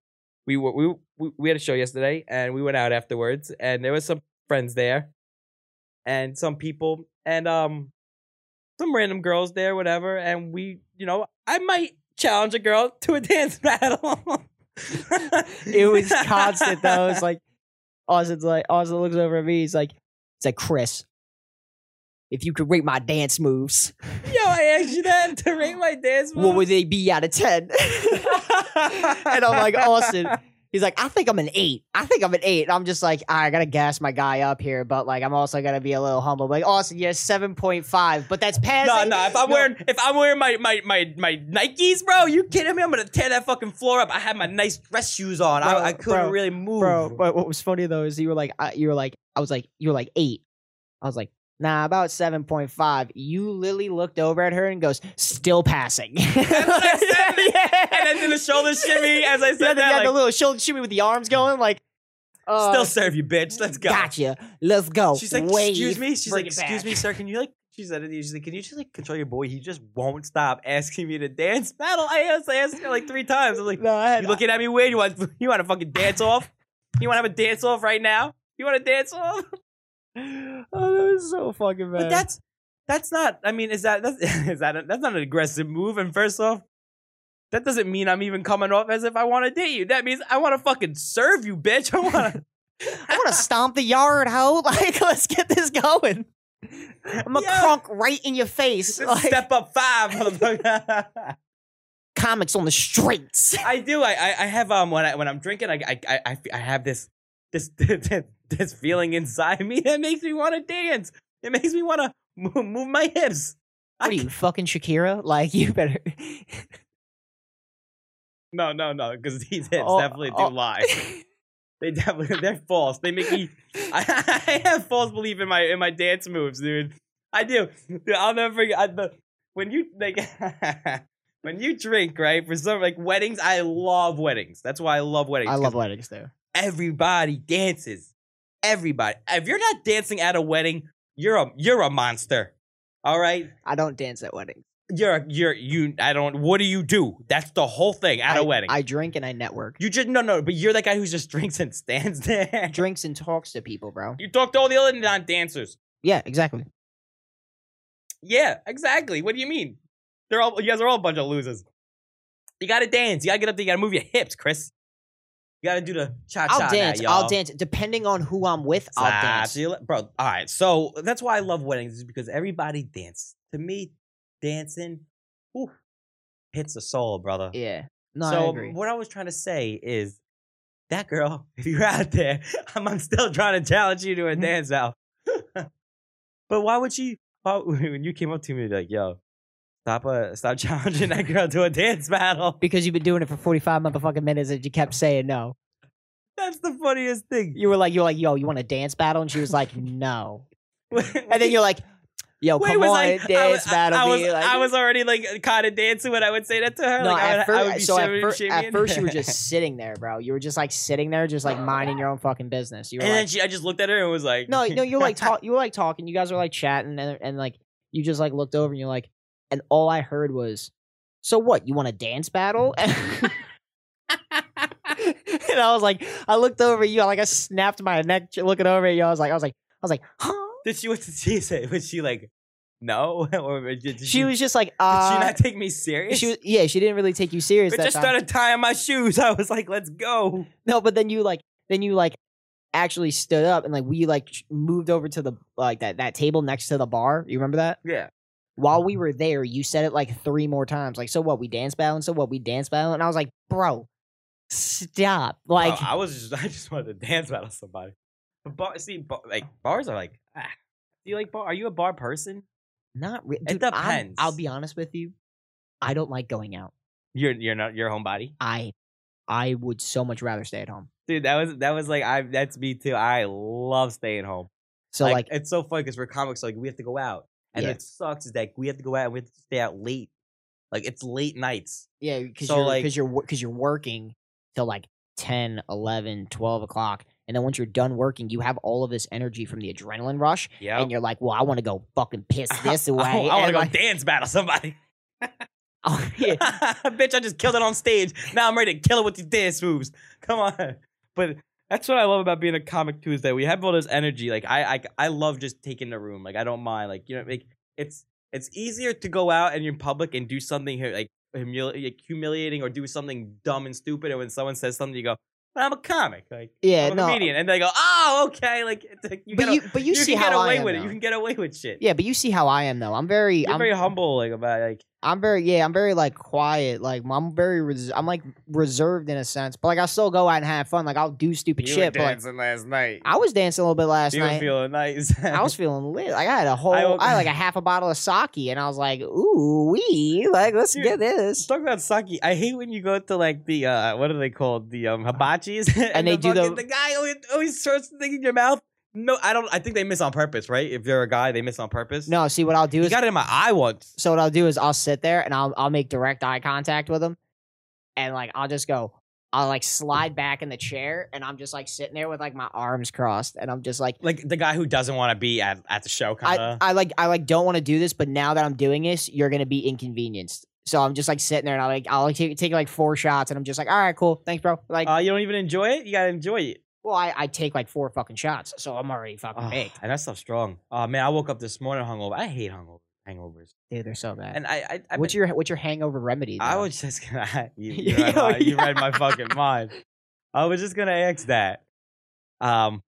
Speaker 1: we were we, we we had a show yesterday and we went out afterwards and there was some friends there and some people and um some random girls there whatever and we you know I might challenge a girl to a dance battle.
Speaker 2: it was constant though. It's like Austin's like Austin looks over at me. He's like, it's like Chris. If you could rate my dance moves,
Speaker 1: Yo, I asked you that to rate my dance moves.
Speaker 2: what would they be out of ten? and I'm like Austin. He's like, I think I'm an eight. I think I'm an eight. And I'm just like, I gotta gas my guy up here, but like, I'm also gonna be a little humble. like, Austin, you're seven point five, but that's
Speaker 1: No,
Speaker 2: passing.
Speaker 1: no. If I'm wearing, if I'm wearing my my my my Nikes, bro, you kidding me? I'm gonna tear that fucking floor up. I had my nice dress shoes on.
Speaker 2: Bro,
Speaker 1: I, I couldn't
Speaker 2: bro,
Speaker 1: really move.
Speaker 2: bro. But what was funny though is you were like, I, you were like, I was like, you were like eight. I was like, nah, about seven point five. You literally looked over at her and goes, still passing.
Speaker 1: what I said,
Speaker 2: Yeah.
Speaker 1: and then did the shoulder shimmy as I
Speaker 2: You
Speaker 1: said
Speaker 2: had, the, you had
Speaker 1: that.
Speaker 2: the
Speaker 1: Like,
Speaker 2: little shoulder shimmy with the arms going, like, uh,
Speaker 1: still serve you, bitch. Let's go.
Speaker 2: Gotcha. Let's go.
Speaker 1: She's like,
Speaker 2: Wave.
Speaker 1: excuse me. She's like,
Speaker 2: Bring it
Speaker 1: excuse
Speaker 2: back."
Speaker 1: me, sir. Can you like? She said it. She's like, can you just like control your boy? He just won't stop asking me to dance battle. I asked, I asked her like three times. I'm like,
Speaker 2: No, I had,
Speaker 1: You looking at me weird? You want you want to fucking dance off? You want to have a dance off right now? You want to dance off?
Speaker 2: oh, that was so fucking bad.
Speaker 1: But that's that's not. I mean, is that that's is that a, that's not an aggressive move? And first off, that doesn't mean I'm even coming off as if I want to date you. That means I want to fucking serve you, bitch. I want to.
Speaker 2: I want to stomp the yard, hoe. Like, let's get this going. I'm a
Speaker 1: Yeah.
Speaker 2: crunk right in your face. Like,
Speaker 1: Step up five, motherfucker.
Speaker 2: comics on the streets.
Speaker 1: I do. I, I I have um when I when I'm drinking, I I I- I, fe- I have this this this feeling inside me that makes me want to dance. It makes me want to move, move my hips. I
Speaker 2: What are you fucking Shakira? Like, you better.
Speaker 1: No, no, no, because these hips
Speaker 2: Oh,
Speaker 1: definitely do
Speaker 2: oh.
Speaker 1: lie. They definitely they're false. They make me. I, I have false belief in my in my dance moves, dude. I do. Dude, I'll never forget I, the, when you like when you drink right for some like weddings. I love weddings. That's why I love weddings.
Speaker 2: I
Speaker 1: 'cause
Speaker 2: love weddings though.
Speaker 1: everybody dances. Everybody. If you're not dancing at a wedding, you're a you're a monster. All right.
Speaker 2: I don't dance at weddings.
Speaker 1: You're a, you're you. I don't. What do you do? That's the whole thing at
Speaker 2: I-
Speaker 1: a wedding.
Speaker 2: I drink and I network.
Speaker 1: You just no no, but you're that guy who just drinks and stands there.
Speaker 2: Drinks and talks to people, bro.
Speaker 1: You talk to all the other non dancers.
Speaker 2: Yeah, exactly.
Speaker 1: Yeah, exactly. What do you mean? They're all you guys are all a bunch of losers. You gotta dance. You gotta get up there. You gotta move your hips, Chris. You gotta do the cha cha.
Speaker 2: I'll dance. I'll dance. Depending on who I'm with, I'll dance.
Speaker 1: Bro, all right. So that's why I love weddings is because everybody dances. To me, dancing, whew, hits the soul, brother.
Speaker 2: Yeah. No,
Speaker 1: so
Speaker 2: I agree.
Speaker 1: what I was trying to say is that girl, if you're out there, I'm, I'm still trying to challenge you to
Speaker 2: Mm-hmm.
Speaker 1: a dance out. but why would she? Why, when you came up to me like, "Yo, stop uh, stop challenging that girl to a dance battle,"
Speaker 2: Because you've been doing it for 45 motherfucking minutes and you kept saying no.
Speaker 1: that's the funniest thing.
Speaker 2: You were like, you were like, yo, you want a dance battle? And she was like, no. And then you're like, yo,
Speaker 1: Wait,
Speaker 2: come
Speaker 1: was
Speaker 2: on,
Speaker 1: like, I
Speaker 2: dance
Speaker 1: was, I-
Speaker 2: battle
Speaker 1: I, was,
Speaker 2: me. like,
Speaker 1: I was already like kind of dancing when I would say that to her.
Speaker 2: no,
Speaker 1: like, I
Speaker 2: at
Speaker 1: would, I
Speaker 2: first,
Speaker 1: would be
Speaker 2: so at,
Speaker 1: shivering,
Speaker 2: fir- at
Speaker 1: shivering.
Speaker 2: first you were just sitting there, bro. You were just like sitting there, just like minding your own fucking business. You were
Speaker 1: and then
Speaker 2: like,
Speaker 1: she, I just looked at her and was like,
Speaker 2: no, no, you were like talk, you were like talking. You guys were like chatting, and and like you just like looked over and you're like, and all I heard was, so what? You want a dance battle? and I was like, I looked over at you, I like I snapped my neck looking over at you. I was like, I was like, I was like, huh?
Speaker 1: Did she? What did she say? Was she like, no, or did, did
Speaker 2: She was just like,
Speaker 1: Did
Speaker 2: uh,
Speaker 1: she not take me serious?
Speaker 2: she was yeah, she didn't really take you serious.
Speaker 1: I
Speaker 2: that
Speaker 1: just
Speaker 2: time.
Speaker 1: started tying my shoes. I was like, let's go.
Speaker 2: No, but then you like then you like actually stood up and like we like ch- moved over to the like that that table next to the bar. You remember that?
Speaker 1: Yeah.
Speaker 2: While
Speaker 1: Mm-hmm.
Speaker 2: we were there, you said it like three more times. Like, so what? We dance battle. And so what? We dance battle. And I was like, bro, stop. Like,
Speaker 1: I was just, I just wanted to dance battle somebody. But bar, see, bar, like bars are like, ah. do you like bar? Are you a bar person?
Speaker 2: not. Re-
Speaker 1: it
Speaker 2: dude, I'm-
Speaker 1: depends.
Speaker 2: I'll be honest with you. I don't like going out.
Speaker 1: You're you're not you're a homebody,
Speaker 2: I I would so much rather stay at home.
Speaker 1: dude. That was that was like I that's me too. I love staying home.
Speaker 2: So like,
Speaker 1: it's so funny because we're comics, like we have to go out, and
Speaker 2: Yeah.
Speaker 1: it sucks is that we have to go out and we have to stay out late. Like it's late nights.
Speaker 2: Yeah, because
Speaker 1: So,
Speaker 2: you're
Speaker 1: like-
Speaker 2: because you're because you're working till like 10, 11, 12 o'clock, and then once you're done working, you have all of this energy from the adrenaline rush,
Speaker 1: Yeah,
Speaker 2: and you're like, "Well, I want to go fucking piss this away."
Speaker 1: I, want to
Speaker 2: and,
Speaker 1: go
Speaker 2: like-
Speaker 1: dance battle somebody.
Speaker 2: Oh, yeah.
Speaker 1: Bitch, I just killed it on stage. Now I'm ready to kill it with these dance moves. Come on. But that's what I love about being a comic too is that we have all this energy. Like I, I, I love just taking the room. Like I don't mind. Like you know, like it's it's easier to go out and you're in public and do something here like humili- like, humiliating or do something dumb and stupid. And when someone says something, you go, "I'm a comic." Like
Speaker 2: yeah,
Speaker 1: I'm a
Speaker 2: no,
Speaker 1: comedian, and they go, "Oh, okay." Like, it's like you,
Speaker 2: but
Speaker 1: gotta-
Speaker 2: you but you,
Speaker 1: you
Speaker 2: see
Speaker 1: can get
Speaker 2: how
Speaker 1: away
Speaker 2: I am.
Speaker 1: with it.
Speaker 2: though.
Speaker 1: You can get away with shit.
Speaker 2: yeah, but you see how I am though. I'm very
Speaker 1: You're
Speaker 2: I'm
Speaker 1: very humble, like about like
Speaker 2: I'm very yeah, I'm very like quiet. Like I'm very res- I'm like reserved in a sense, but like I still go out and have fun. Like I'll do stupid
Speaker 1: you
Speaker 2: shit,
Speaker 1: were
Speaker 2: but like,
Speaker 1: dancing last night.
Speaker 2: I was dancing a little bit last
Speaker 1: you
Speaker 2: night.
Speaker 1: were feeling nice.
Speaker 2: I was feeling lit. Like I had a whole, I,
Speaker 1: will-
Speaker 2: had like a half a bottle of sake, and I was like, "Ooh, we like let's
Speaker 1: Dude,
Speaker 2: get this."
Speaker 1: Talk about sake. I hate when you go to like the uh what are they called? The um hibachis and,
Speaker 2: they
Speaker 1: the
Speaker 2: do the-
Speaker 1: fucking- the guy always, always throws the thing in your mouth. No, I don't I think they miss on purpose, right? If you're a guy, they miss on purpose.
Speaker 2: No, see what I'll do
Speaker 1: You
Speaker 2: is
Speaker 1: got it in my eye once.
Speaker 2: so what I'll do is I'll sit there and I'll I'll make direct eye contact with him, and like I'll just go, I'll like slide back in the chair, and I'm just like sitting there with like my arms crossed, and I'm just like.
Speaker 1: Like the guy who doesn't want to be at, at the show
Speaker 2: I,
Speaker 1: kinda.
Speaker 2: I like I like don't want to do this, but now that I'm doing this, you're gonna be inconvenienced. So I'm just like sitting there and I like I'll like, take, take like four shots and I'm just like, all right, cool, thanks, bro. Like,
Speaker 1: uh, you don't even enjoy it? You gotta enjoy it.
Speaker 2: well, I, I take like four fucking shots, so I'm already fucking
Speaker 1: Oh,
Speaker 2: baked.
Speaker 1: and that stuff's strong. Oh man, I woke up this morning hungover. I hate hungover hangovers.
Speaker 2: Dude, they're so bad.
Speaker 1: And I I, I
Speaker 2: what's your what's your hangover remedy?
Speaker 1: I
Speaker 2: though?
Speaker 1: was just gonna. You, you, read,
Speaker 2: Yo,
Speaker 1: my, you
Speaker 2: yeah.
Speaker 1: read my fucking mind. I was just gonna ask that. Um,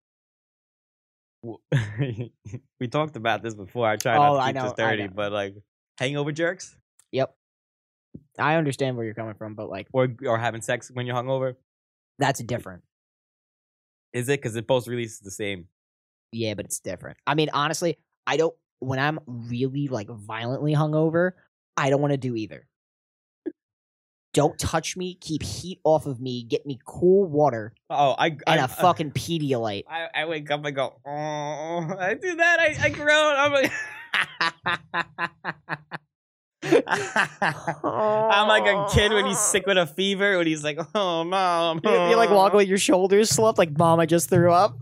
Speaker 1: w- we talked about this before. I try
Speaker 2: Oh,
Speaker 1: not
Speaker 2: I
Speaker 1: to keep
Speaker 2: know,
Speaker 1: this
Speaker 2: I
Speaker 1: dirty,
Speaker 2: know.
Speaker 1: but like hangover jerks
Speaker 2: I understand where you're coming from, but like
Speaker 1: or or having sex when you're hungover
Speaker 2: that's different.
Speaker 1: is it? Because it both releases the same.
Speaker 2: Yeah, but it's different. I mean, honestly, I don't. When I'm really like violently hungover, I don't want to do either. Don't touch me. Keep heat off of me. Get me cool water
Speaker 1: Oh, I I
Speaker 2: and a fucking Pedialyte.
Speaker 1: I, I wake up and go. Oh, I do that. I I groan. I'm like. I'm like a kid when he's sick with a fever, when he's like, "Oh, mom." oh."
Speaker 2: You, you like walk with your shoulders slumped, like mom. I just threw up.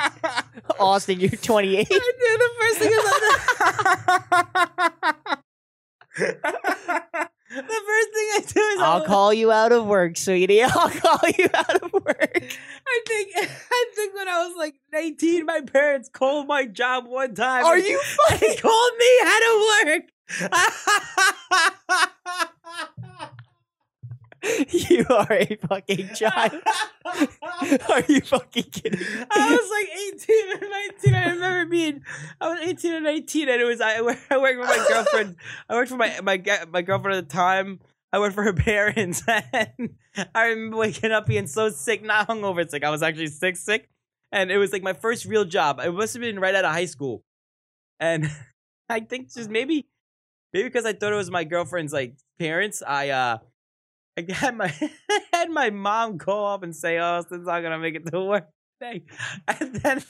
Speaker 2: Austin, you're 28.
Speaker 1: I do the first thing is The first thing I do is
Speaker 2: I'll call you out of work, sweetie. I'll call you out of work.
Speaker 1: I think I think when I was like 19, my parents called my job one time.
Speaker 2: Are
Speaker 1: and
Speaker 2: you
Speaker 1: They called me how
Speaker 2: You are a fucking child.
Speaker 1: to work.
Speaker 2: Are you fucking kidding? me?
Speaker 1: I was like 18 or 19. I remember being, I was 18 or 19, and it was I, wo- I worked with my girlfriend. I worked for my my ga- my girlfriend at the time. I worked for her parents, and I remember waking up being so sick, not hungover sick. I was actually sick, sick, and it was like my first real job. It must have been right out of high school, and I think just maybe, maybe because I thought it was my girlfriend's like parents. I uh. I had my had my mom call up and say, "Oh, Austin's not gonna make it to work." thing. And then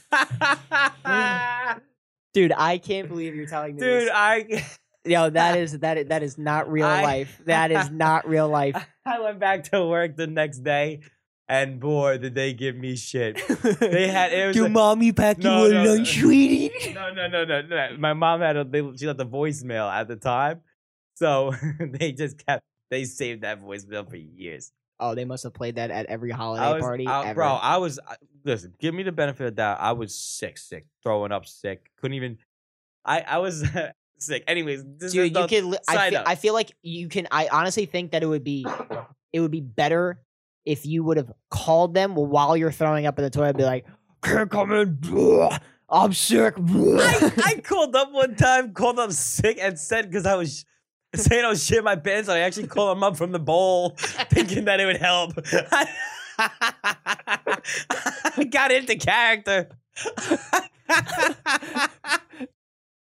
Speaker 2: Dude, I can't believe you're telling me
Speaker 1: Dude,
Speaker 2: this.
Speaker 1: I
Speaker 2: Yo, that is that is, that is not real
Speaker 1: I-
Speaker 2: life. That is not real life.
Speaker 1: I went back to work the next day, and boy, did they give me shit.
Speaker 2: they
Speaker 1: had- it was like-
Speaker 2: mommy pack
Speaker 1: No, no, no.
Speaker 2: sweetie?
Speaker 1: no, no, no, no, no. My mom had a they, she left a voicemail at the time, so they just kept they saved that voicemail for years.
Speaker 2: Oh, they must have played that at every holiday
Speaker 1: I was,
Speaker 2: party
Speaker 1: I-
Speaker 2: ever.
Speaker 1: bro. I was I- listen. Give me the benefit of that. I was sick, sick, throwing up, sick. Couldn't even. I I was sick. Anyways, this is
Speaker 2: Dude, you
Speaker 1: not-
Speaker 2: could. li- I
Speaker 1: side
Speaker 2: feel,
Speaker 1: up.
Speaker 2: I feel like you can. I honestly think that it would be, it would be better if you would have called them while you're throwing up in the toilet. and Be like, can't come in. bruh. I'm sick.
Speaker 1: I,
Speaker 2: bruh."
Speaker 1: I called up one time, called up sick, and said because I was sh- saying I was shitting my pants. I actually called him up from the bowl, thinking that it would help. I, got into character.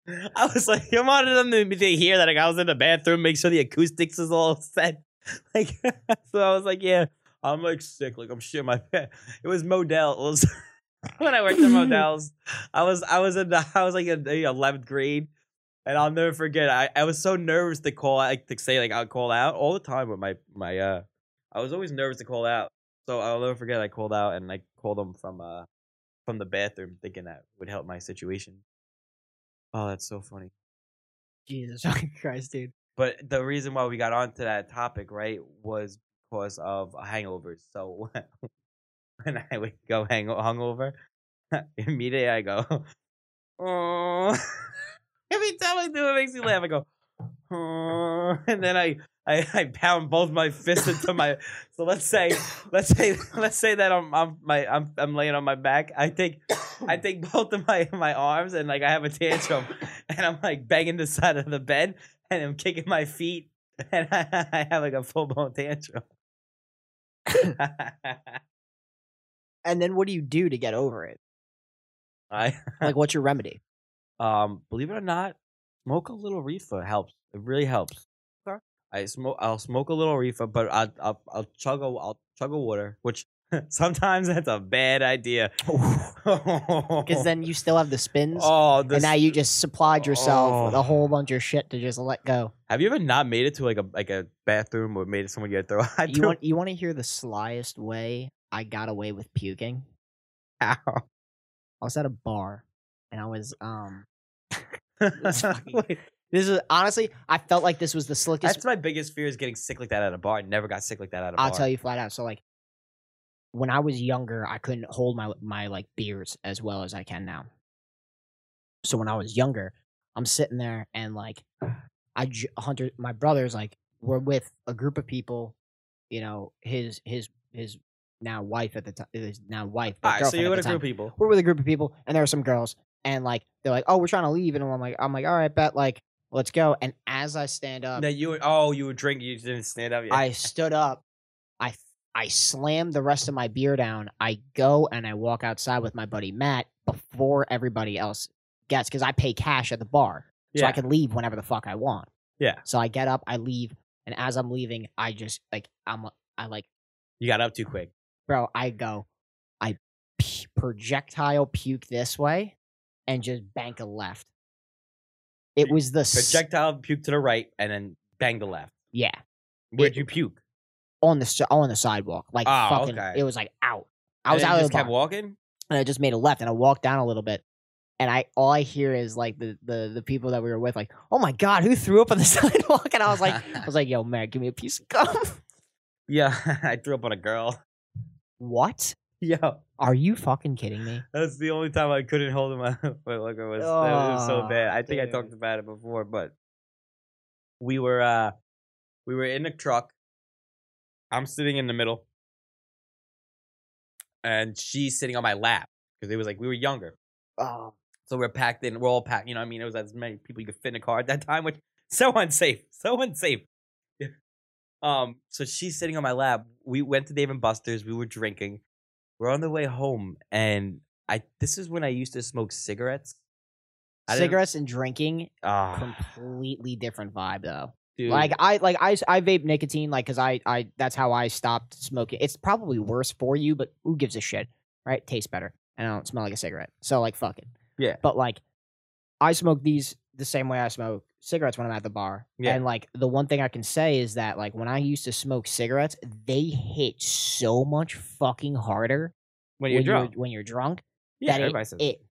Speaker 1: I was like, I wanted them to, to hear that like, I was in the bathroom, make sure the acoustics is all set. Like, so I was like, yeah, I'm like sick, like I'm shitting my pants. It was Modell's when I worked at Modell's. I was I was in the I was like in the eleventh grade, and I'll never forget. I, I was so nervous to call, like to say like I'll call out all the time with my my uh. I was always nervous to call out, so I'll never forget. I called out and I called them from uh from the bathroom, thinking that would help my situation. Oh, that's so funny.
Speaker 2: Jesus fucking Christ, dude.
Speaker 1: But the reason why we got onto that topic, right, was because of hangovers. So when I would go hang- hungover, immediately I go, oh. Every time I do it, it makes me laugh. I go, oh. and then I, I, I pound both my fists into my. So let's say, let's say, let's say that I'm, I'm my, I'm, I'm laying on my back. I take, I take both of my, my arms and like I have a tantrum, and I'm like banging the side of the bed, and I'm kicking my feet, and I, have like a full blown tantrum.
Speaker 2: And then what do you do to get over it?
Speaker 1: I
Speaker 2: Like, what's your remedy?
Speaker 1: um believe it or not, smoke a little reefer helps. It really helps.
Speaker 2: Okay.
Speaker 1: I smoke. I'll smoke a little reefer, but I, I'll I'll chug a I'll chug a water, which sometimes that's a bad idea.
Speaker 2: Because then you still have the spins,
Speaker 1: oh,
Speaker 2: and
Speaker 1: this,
Speaker 2: now you just supplied yourself with
Speaker 1: Oh.
Speaker 2: a whole bunch of shit to just let go.
Speaker 1: have you ever not made it to like a like a bathroom or made it someone you had to throw? I
Speaker 2: you
Speaker 1: threw
Speaker 2: want you want to hear the slyest way I got away with puking?
Speaker 1: out.
Speaker 2: I was at a bar, and I was um. This is honestly, I felt like this was the slickest.
Speaker 1: That's my biggest fear is getting sick like that at a bar. I never got sick like that at a bar.
Speaker 2: I'll tell you flat out. So like, when I was younger, I couldn't hold my my like beers as well as I can now. So when I was younger, I'm sitting there and like, I j- Hunter, my brother's like, we're with a group of people, you know, his his his now wife at the time, his now wife. but
Speaker 1: All right, so
Speaker 2: girlfriend
Speaker 1: you're
Speaker 2: at
Speaker 1: with
Speaker 2: the
Speaker 1: a
Speaker 2: time.
Speaker 1: group of people.
Speaker 2: we're with a group of people and there were some girls and like they're like oh we're trying to leave and i'm like i'm like all right bet like let's go and as i stand up
Speaker 1: Now you were, oh you were drinking. You didn't stand up. Yet.
Speaker 2: i stood up i i slammed the rest of my beer down i go and i walk outside with my buddy matt before everybody else gets because i pay cash at the bar so
Speaker 1: Yeah.
Speaker 2: i can leave whenever the fuck i want
Speaker 1: Yeah.
Speaker 2: so i get up i leave and as i'm leaving i just like i'm i like
Speaker 1: you got up too quick.
Speaker 2: bro i go i p- projectile puke this way and just bank a left it
Speaker 1: You
Speaker 2: was the s-
Speaker 1: Projectile puke to the right and then bang the left.
Speaker 2: yeah
Speaker 1: Where'd
Speaker 2: It-
Speaker 1: you puke?
Speaker 2: on the s- on the sidewalk like
Speaker 1: Oh,
Speaker 2: fucking
Speaker 1: okay.
Speaker 2: it was like out i
Speaker 1: And
Speaker 2: was
Speaker 1: then
Speaker 2: out
Speaker 1: you
Speaker 2: of
Speaker 1: just
Speaker 2: the bar
Speaker 1: kept walking.
Speaker 2: and i just made a left and i walked down a little bit and i all i hear is like the the the people that we were with like oh my god who threw up on the sidewalk and i was like i was like yo man give me a piece of gum
Speaker 1: Yeah, I threw up on a girl.
Speaker 2: what
Speaker 1: Yo,
Speaker 2: are you fucking kidding me
Speaker 1: that's the only time I couldn't hold him up. But look, it was, that was so
Speaker 2: Oh,
Speaker 1: bad. I think I
Speaker 2: dude.
Speaker 1: talked about it before, but we were uh we were in a truck. I'm sitting in the middle, and she's sitting on my lap because it was like we were younger. Um,
Speaker 2: oh
Speaker 1: So we're packed in. We're all packed. You know, what I mean, it was as many people you could fit in a car at that time, which so unsafe, so unsafe. um. So she's sitting on my lap. We went to Dave and Buster's. We were drinking. We're on the way home, and I. This is when I used to smoke cigarettes. I didn't-
Speaker 2: cigarettes and drinking
Speaker 1: Ah,
Speaker 2: completely different vibe though
Speaker 1: dude.
Speaker 2: Like I like I s- I vape nicotine like cuz I I that's how I stopped smoking. It's probably worse for you, but who gives a shit, right? Tastes better and I don't smell like a cigarette. So like fuck it.
Speaker 1: Yeah.
Speaker 2: But like I smoke these the same way I smoke cigarettes when I'm at the bar.
Speaker 1: Yeah.
Speaker 2: And like the one thing I can say is that like when I used to smoke cigarettes, they hit so much fucking harder
Speaker 1: when you're drunk.
Speaker 2: when you're drunk.
Speaker 1: yeah,
Speaker 2: that
Speaker 1: everybody says. that.
Speaker 2: It,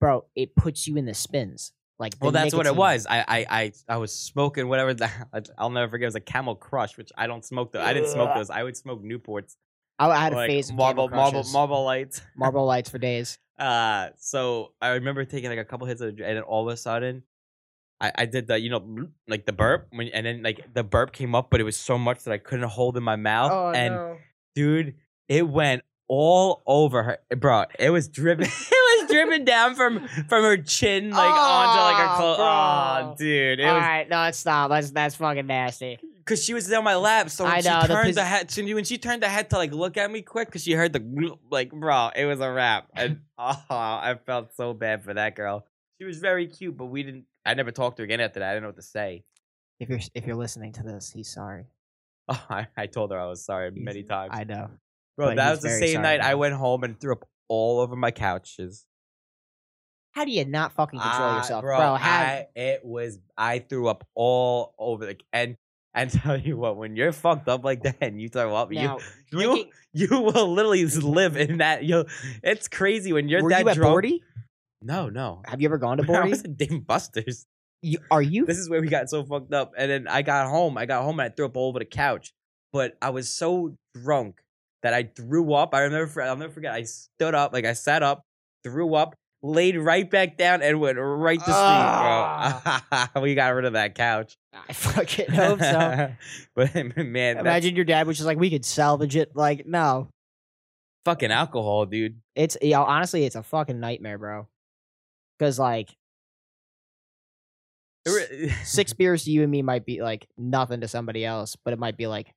Speaker 2: bro, it puts you in the spins. Like the
Speaker 1: well, that's what it
Speaker 2: nicotine-
Speaker 1: was. I, I, I, I was smoking whatever. The, I'll never forget. It was a Camel Crush, which I don't smoke. Those. I didn't smoke
Speaker 2: Ugh.
Speaker 1: those. I would smoke Newports.
Speaker 2: I, I had a
Speaker 1: like
Speaker 2: phase of
Speaker 1: marble, marble,
Speaker 2: marble,
Speaker 1: marble lights.
Speaker 2: marble lights for days.
Speaker 1: Uh, so I remember taking like a couple hits of, the dr- and then all of a sudden, I, I did the you know bloop, like the burp when, and then like the burp came up, but it was so much that I couldn't hold in my mouth. Oh,
Speaker 2: Oh,
Speaker 1: and dude, it went all over her, eh, bro. It was dripping. it was dripping down from from her chin like onto like her
Speaker 2: Aw,
Speaker 1: clothes. Oh,
Speaker 2: bro.
Speaker 1: dude, it
Speaker 2: All
Speaker 1: was
Speaker 2: right, no, it's not. That's that's fucking nasty.
Speaker 1: because she was on my lap. So when
Speaker 2: I
Speaker 1: she
Speaker 2: know, the
Speaker 1: turned
Speaker 2: pos-
Speaker 1: the head, she, when she turned the head to like look at me quick, because she heard the gloop, like, bro, it was a wrap. And oh, I felt so bad for that girl. She was very cute, but we didn't. I never talked to her again after that. I didn't know what to say.
Speaker 2: If you're if you're listening to this, he's sorry.
Speaker 1: Oh, I, I told her I was sorry many times.
Speaker 2: I know.
Speaker 1: Bro,
Speaker 2: but
Speaker 1: that
Speaker 2: he's
Speaker 1: was the
Speaker 2: very
Speaker 1: same
Speaker 2: sorry
Speaker 1: night I
Speaker 2: now.
Speaker 1: went home and threw up all over my couches.
Speaker 2: How do you not fucking control
Speaker 1: Ah,
Speaker 2: yourself, bro? how,
Speaker 1: I, it was I threw up all over the and and tell you what, when you're fucked up like that and you throw up, you
Speaker 2: now,
Speaker 1: you-
Speaker 2: drinking,
Speaker 1: you will literally s- live in that. You, it's crazy when you're
Speaker 2: were
Speaker 1: that
Speaker 2: you at
Speaker 1: drunk.
Speaker 2: Bordy?
Speaker 1: No, no.
Speaker 2: Have you ever gone to
Speaker 1: I was
Speaker 2: Bordy?
Speaker 1: at Dave and Buster's.
Speaker 2: You, are you?
Speaker 1: This is where we got so fucked up. And then I got home. I got home and I threw up all over the couch. But I was so drunk that I threw up. I remember. I'll never forget. I stood up, like I sat up, threw up, laid right back down, and went right to sleep, bro. we got rid of that couch.
Speaker 2: Ah. I fucking hope so.
Speaker 1: but man, that's
Speaker 2: Imagine your dad was just like, we could salvage it. Like, no,
Speaker 1: fucking alcohol, dude.
Speaker 2: it's you know, honestly, it's a fucking nightmare, bro. Because like
Speaker 1: It re-
Speaker 2: six beers to you and me might be like nothing to somebody else, but it might be like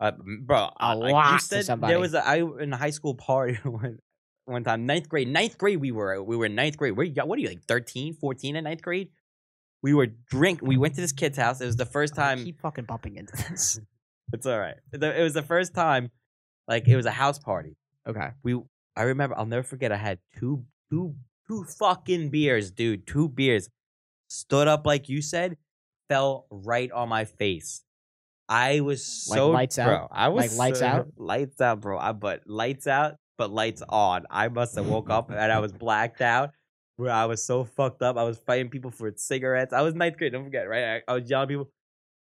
Speaker 1: Uh, m- bro, uh, like,
Speaker 2: lot
Speaker 1: you
Speaker 2: to
Speaker 1: said
Speaker 2: somebody.
Speaker 1: There was a, I in a high school party one, one time, ninth grade. Ninth grade, we were we were in ninth grade. Where you got what are you like 13, 14 in ninth grade? We were drink. We went to this kid's house. It was the first
Speaker 2: I
Speaker 1: time.
Speaker 2: keep fucking bumping into this.
Speaker 1: It's all right. The- It was the first time. Like it was a house party.
Speaker 2: okay,
Speaker 1: We I remember. I'll never forget. I had two two two fucking beers, dude. Two beers. Stood up like you said. Fell right on my face. I was
Speaker 2: Like
Speaker 1: so
Speaker 2: lights out?
Speaker 1: bro, I was
Speaker 2: Like lights
Speaker 1: so-
Speaker 2: out?
Speaker 1: lights out, bro. I but lights out, but lights on. I must have woke up and I was blacked out. Where I was so fucked up, I was fighting people for cigarettes. I was ninth grade. Don't forget, right? I, I was yelling at people.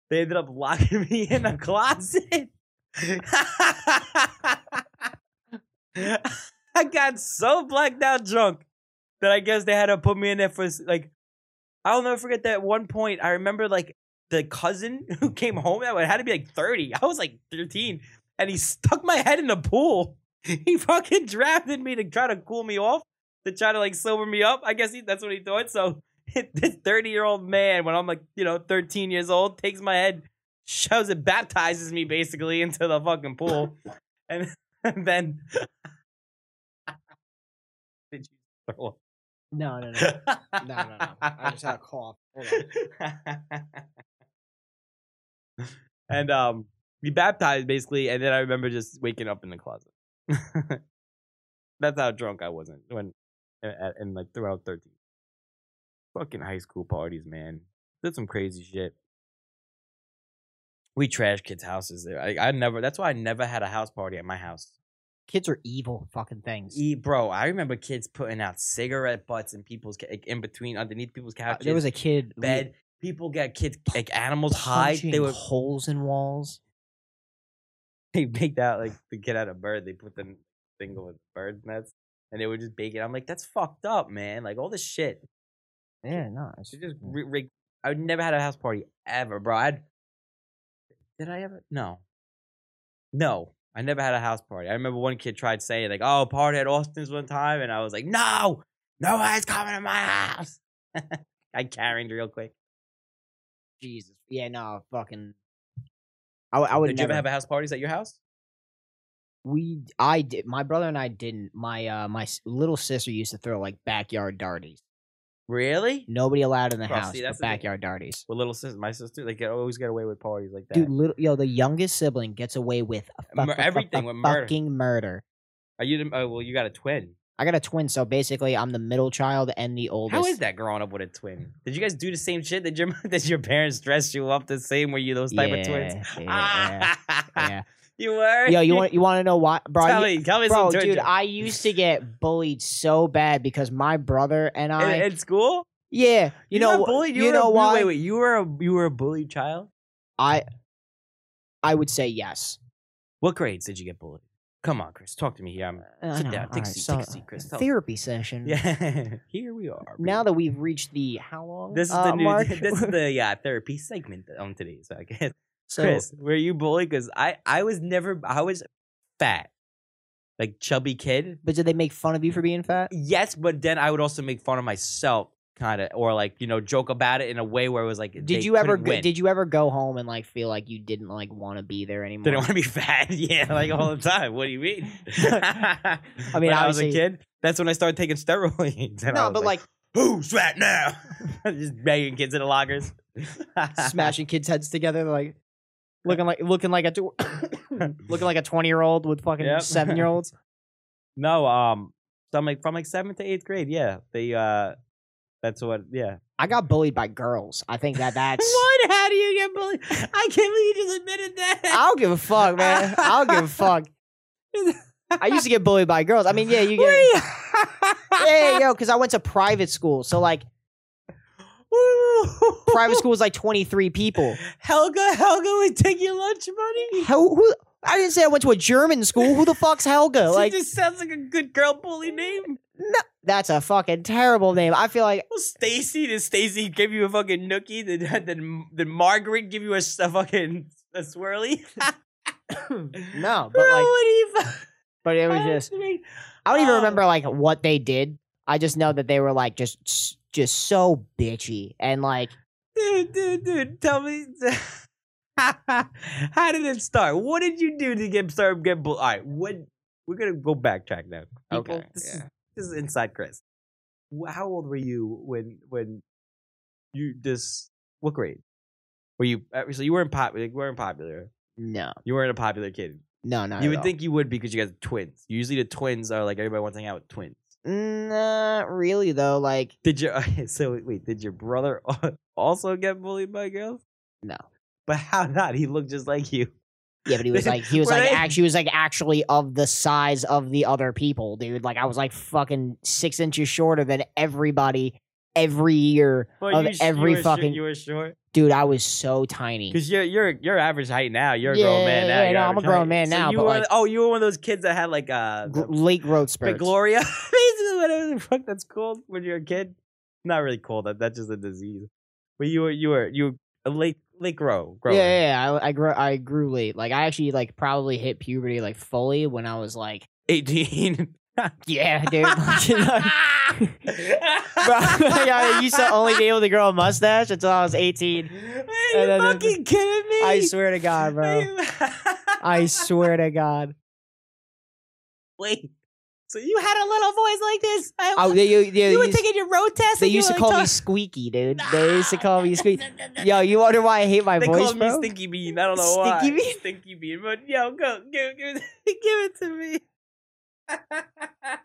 Speaker 1: They ended up locking me in a closet. I got so blacked out drunk that I guess they had to put me in there for like. I'll never forget that one point. I remember like the cousin who came home. That had to be like thirty. I was like thirteen and he stuck my head in the pool. He fucking drafted me to try to cool me off, to try to like sober me up. I guess he, that's what he thought. So this 30 year old man, when I'm like, you know, 13 years old, takes my head, shoves it, baptizes me basically into the fucking pool. and, and then. Did you throw
Speaker 2: no, no, no,
Speaker 1: up?
Speaker 2: no, no, no. I just had a cough. Hold on.
Speaker 1: and um, we baptized basically, and then I remember just waking up in the closet. That's how drunk I wasn't when, at, at- in like throughout thirteen. Fucking high school parties, man. Did some crazy shit. We trashed kids' houses. There, I, I never. That's why I never had a house party at my house.
Speaker 2: Kids are evil fucking things.
Speaker 1: E, bro, I remember kids putting out cigarette butts in people's ca- like, in between underneath people's
Speaker 2: Uh,
Speaker 1: couches
Speaker 2: there was a kid
Speaker 1: bed. People get kids like animals hide. They would
Speaker 2: holes in walls.
Speaker 1: they baked out like the kid had a bird. They put the thing with bird nets, and they would just bake it. I'm like, that's fucked up, man. Like all this shit.
Speaker 2: Yeah, no, it's
Speaker 1: She just
Speaker 2: yeah.
Speaker 1: re- re- I never had a house party ever, bro. I'd, did I ever? No. No, I never had a house party. I remember one kid tried saying like, "Oh, party at Austin's one time," and I was like, "No, no one's coming to my house." I carried real quick.
Speaker 2: Jesus. Yeah, no, fucking. I, w- I would
Speaker 1: Did you
Speaker 2: never.
Speaker 1: ever have a house parties at your house?
Speaker 2: we, I did. My brother and I didn't. My, uh, my s- little sister used to throw like backyard darties.
Speaker 1: Really?
Speaker 2: Nobody allowed in the
Speaker 1: Bro,
Speaker 2: house
Speaker 1: see,
Speaker 2: but
Speaker 1: that's the thing.
Speaker 2: backyard darties.
Speaker 1: Well, little sister, my sister, they get always get away with parties like that.
Speaker 2: Dude, little yo, the youngest sibling gets away with a fu-
Speaker 1: Mur-
Speaker 2: fu- fu-
Speaker 1: everything
Speaker 2: fu-
Speaker 1: with murder.
Speaker 2: fucking murder.
Speaker 1: Are you? the- Oh, well, you got a twin.
Speaker 2: I got a twin, so basically I'm the middle child and the oldest.
Speaker 1: How is that growing up with a twin? Did you guys do the same shit? Did your did your parents dress you up the same? Were you those type of twins? Ah,
Speaker 2: Yeah, yeah, yeah.
Speaker 1: you were.
Speaker 2: Yo, you want you want to know why, bro?
Speaker 1: Tell
Speaker 2: you-
Speaker 1: me, tell me
Speaker 2: bro,
Speaker 1: some twin
Speaker 2: dude,
Speaker 1: jokes.
Speaker 2: I used to get bullied so bad because my brother and
Speaker 1: in,
Speaker 2: I,
Speaker 1: in school.
Speaker 2: yeah, you, know,
Speaker 1: were
Speaker 2: wh-
Speaker 1: bullied.
Speaker 2: you
Speaker 1: were
Speaker 2: know
Speaker 1: a,
Speaker 2: why?
Speaker 1: Wait, wait. You were a you were a bullied child.
Speaker 2: I, I would say yes.
Speaker 1: What grades did you get bullied? Come on, Chris. Talk to me here. I'm,
Speaker 2: Uh, I
Speaker 1: sit
Speaker 2: know,
Speaker 1: down.
Speaker 2: all
Speaker 1: Take a
Speaker 2: right,
Speaker 1: seat.
Speaker 2: so,
Speaker 1: take a seat, Chris. Tell me.
Speaker 2: Therapy session.
Speaker 1: Yeah. here we are.
Speaker 2: Now
Speaker 1: baby.
Speaker 2: that we've reached the how long?
Speaker 1: this is
Speaker 2: uh,
Speaker 1: the new
Speaker 2: mark?
Speaker 1: this is the yeah therapy segment on today's podcast.
Speaker 2: so,
Speaker 1: Chris, were you bullied? Because I I was never I was fat, like chubby kid.
Speaker 2: but did they make fun of you for being fat?
Speaker 1: Yes, but then I would also make fun of myself, kind of, or like you know joke about it in a way where it was like,
Speaker 2: Did you ever go, did you ever go home and like feel like you didn't like want to be there anymore?
Speaker 1: Didn't want to be fat, yeah, like all the time. What do you mean? I
Speaker 2: mean,
Speaker 1: I was a
Speaker 2: obviously-
Speaker 1: kid. That's when I started taking steroids. and I
Speaker 2: no,
Speaker 1: was
Speaker 2: but like,
Speaker 1: who's fat now? Just banging kids in the lockers.
Speaker 2: smashing kids' heads together, like looking like looking like a tw- looking like a twenty year old with fucking
Speaker 1: Yep.
Speaker 2: seven year olds.
Speaker 1: No, um, from like from like seventh to eighth grade, yeah. They uh, that's what, yeah.
Speaker 2: I got bullied by girls. I think that that's.
Speaker 1: What? How do you get bullied? I can't believe you just admitted
Speaker 2: I
Speaker 1: that.
Speaker 2: don't give a fuck, man. I don't give a fuck. I used to get bullied by girls. I mean, yeah, you get. Yeah, yo, because I went to private school, so like private school was like twenty three people.
Speaker 1: Helga, Helga would take your lunch money.
Speaker 2: Who, who? I didn't say I went to a German school. Who the fuck's Helga?
Speaker 1: She
Speaker 2: Like,
Speaker 1: just sounds like a good girl bully name.
Speaker 2: that's a fucking terrible name. I feel like
Speaker 1: Well, Stacy, did Stacy give you a fucking nookie? Did, did, did Margaret give you a, s- a fucking a swirly?
Speaker 2: no, but
Speaker 1: Girl, what
Speaker 2: like,
Speaker 1: do you fu-
Speaker 2: but it was just. I don't even
Speaker 1: Oh.
Speaker 2: remember like what they did. I just know that they were like just just so bitchy and like
Speaker 1: dude, dude, dude, tell me. How did it start? What did you do to get start get bull? All right, what we're gonna go backtrack now. People,
Speaker 2: Okay,
Speaker 1: this, is,
Speaker 2: yeah.
Speaker 1: this is inside Chris. Wh- How old were you when when you this? What grade were you? uh, So you weren't popular. You weren't popular.
Speaker 2: no,
Speaker 1: You weren't a popular kid.
Speaker 2: no, no.
Speaker 1: you would think you would because you guys are twins. Usually the twins are like everybody wants to hang out with twins.
Speaker 2: not really though. Like
Speaker 1: Did your so wait? Did your brother al- also get bullied by girls?
Speaker 2: No.
Speaker 1: But how not? He looked just like you.
Speaker 2: yeah, but he was like he was
Speaker 1: Were
Speaker 2: like
Speaker 1: they-
Speaker 2: actually was like actually of the size of the other people, dude. Like I was like fucking six inches shorter than everybody every year
Speaker 1: Well,
Speaker 2: of
Speaker 1: you sh- you
Speaker 2: every
Speaker 1: were short-
Speaker 2: fucking
Speaker 1: you were short.
Speaker 2: dude. I was so tiny.
Speaker 1: Because you're you're you're average height now. You're a
Speaker 2: Yeah,
Speaker 1: grown man now.
Speaker 2: yeah,
Speaker 1: you're
Speaker 2: no, I'm a
Speaker 1: average
Speaker 2: grown
Speaker 1: height.
Speaker 2: man
Speaker 1: So
Speaker 2: now,
Speaker 1: you
Speaker 2: but,
Speaker 1: were,
Speaker 2: like-
Speaker 1: oh, you were one of those kids that had like uh,
Speaker 2: Gr- late growth
Speaker 1: the
Speaker 2: spurts.
Speaker 1: Gloria, basically whatever the fuck that's called when you're a kid. Not really called that. That's just a disease. But you were you were you were a late late grow
Speaker 2: Yeah,
Speaker 1: growing.
Speaker 2: yeah, yeah. I, I grew I grew late. Like I actually like probably hit puberty like fully when I was like
Speaker 1: Eighteen.
Speaker 2: Yeah, dude. Like, you know, bro, like, I used to only be able to grow a mustache until I was 18.
Speaker 1: Are you
Speaker 2: And then-
Speaker 1: fucking kidding me?
Speaker 2: I swear to God, bro. I swear to God.
Speaker 1: Wait. So you had a little voice like this? I,
Speaker 2: Oh, they, they, they
Speaker 1: you were
Speaker 2: used,
Speaker 1: taking your road test.
Speaker 2: they
Speaker 1: and you
Speaker 2: used to
Speaker 1: were,
Speaker 2: call me
Speaker 1: like,
Speaker 2: Squeaky, dude.
Speaker 1: talk-
Speaker 2: They used to call me Squeaky.
Speaker 1: They
Speaker 2: Yo, you wonder why I hate my voice,
Speaker 1: called me
Speaker 2: bro?
Speaker 1: Stinky Bean. I don't know why.
Speaker 2: Stinky Bean?
Speaker 1: Stinky Bean. But yo, go give give it, give it to me.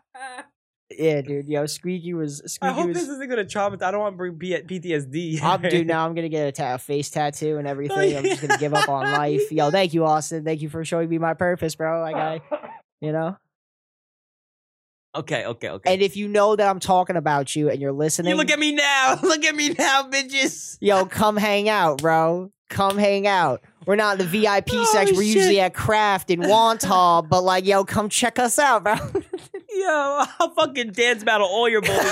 Speaker 2: Yeah, dude. Yo, Squeaky was
Speaker 1: I
Speaker 2: Squeaky
Speaker 1: hope this
Speaker 2: was.
Speaker 1: isn't gonna traumatize. I don't want to bring P- PTSD.
Speaker 2: I'm dude. Now I'm gonna get a, ta- a face tattoo and everything. I'm just gonna give up on life. Yo, thank you, Austin. Thank you for showing me my purpose, bro. Like I, you know.
Speaker 1: Okay, okay, okay.
Speaker 2: And if you know that I'm talking about you and you're listening,
Speaker 1: you look at me now. Look at me now, bitches.
Speaker 2: yo, come hang out, bro. Come hang out. We're not in the VIP
Speaker 1: Oh,
Speaker 2: section. We're
Speaker 1: shit.
Speaker 2: usually at Craft and Want Hall, but like, yo, come check us out, bro.
Speaker 1: Yo, I'll fucking dance battle all your bullies.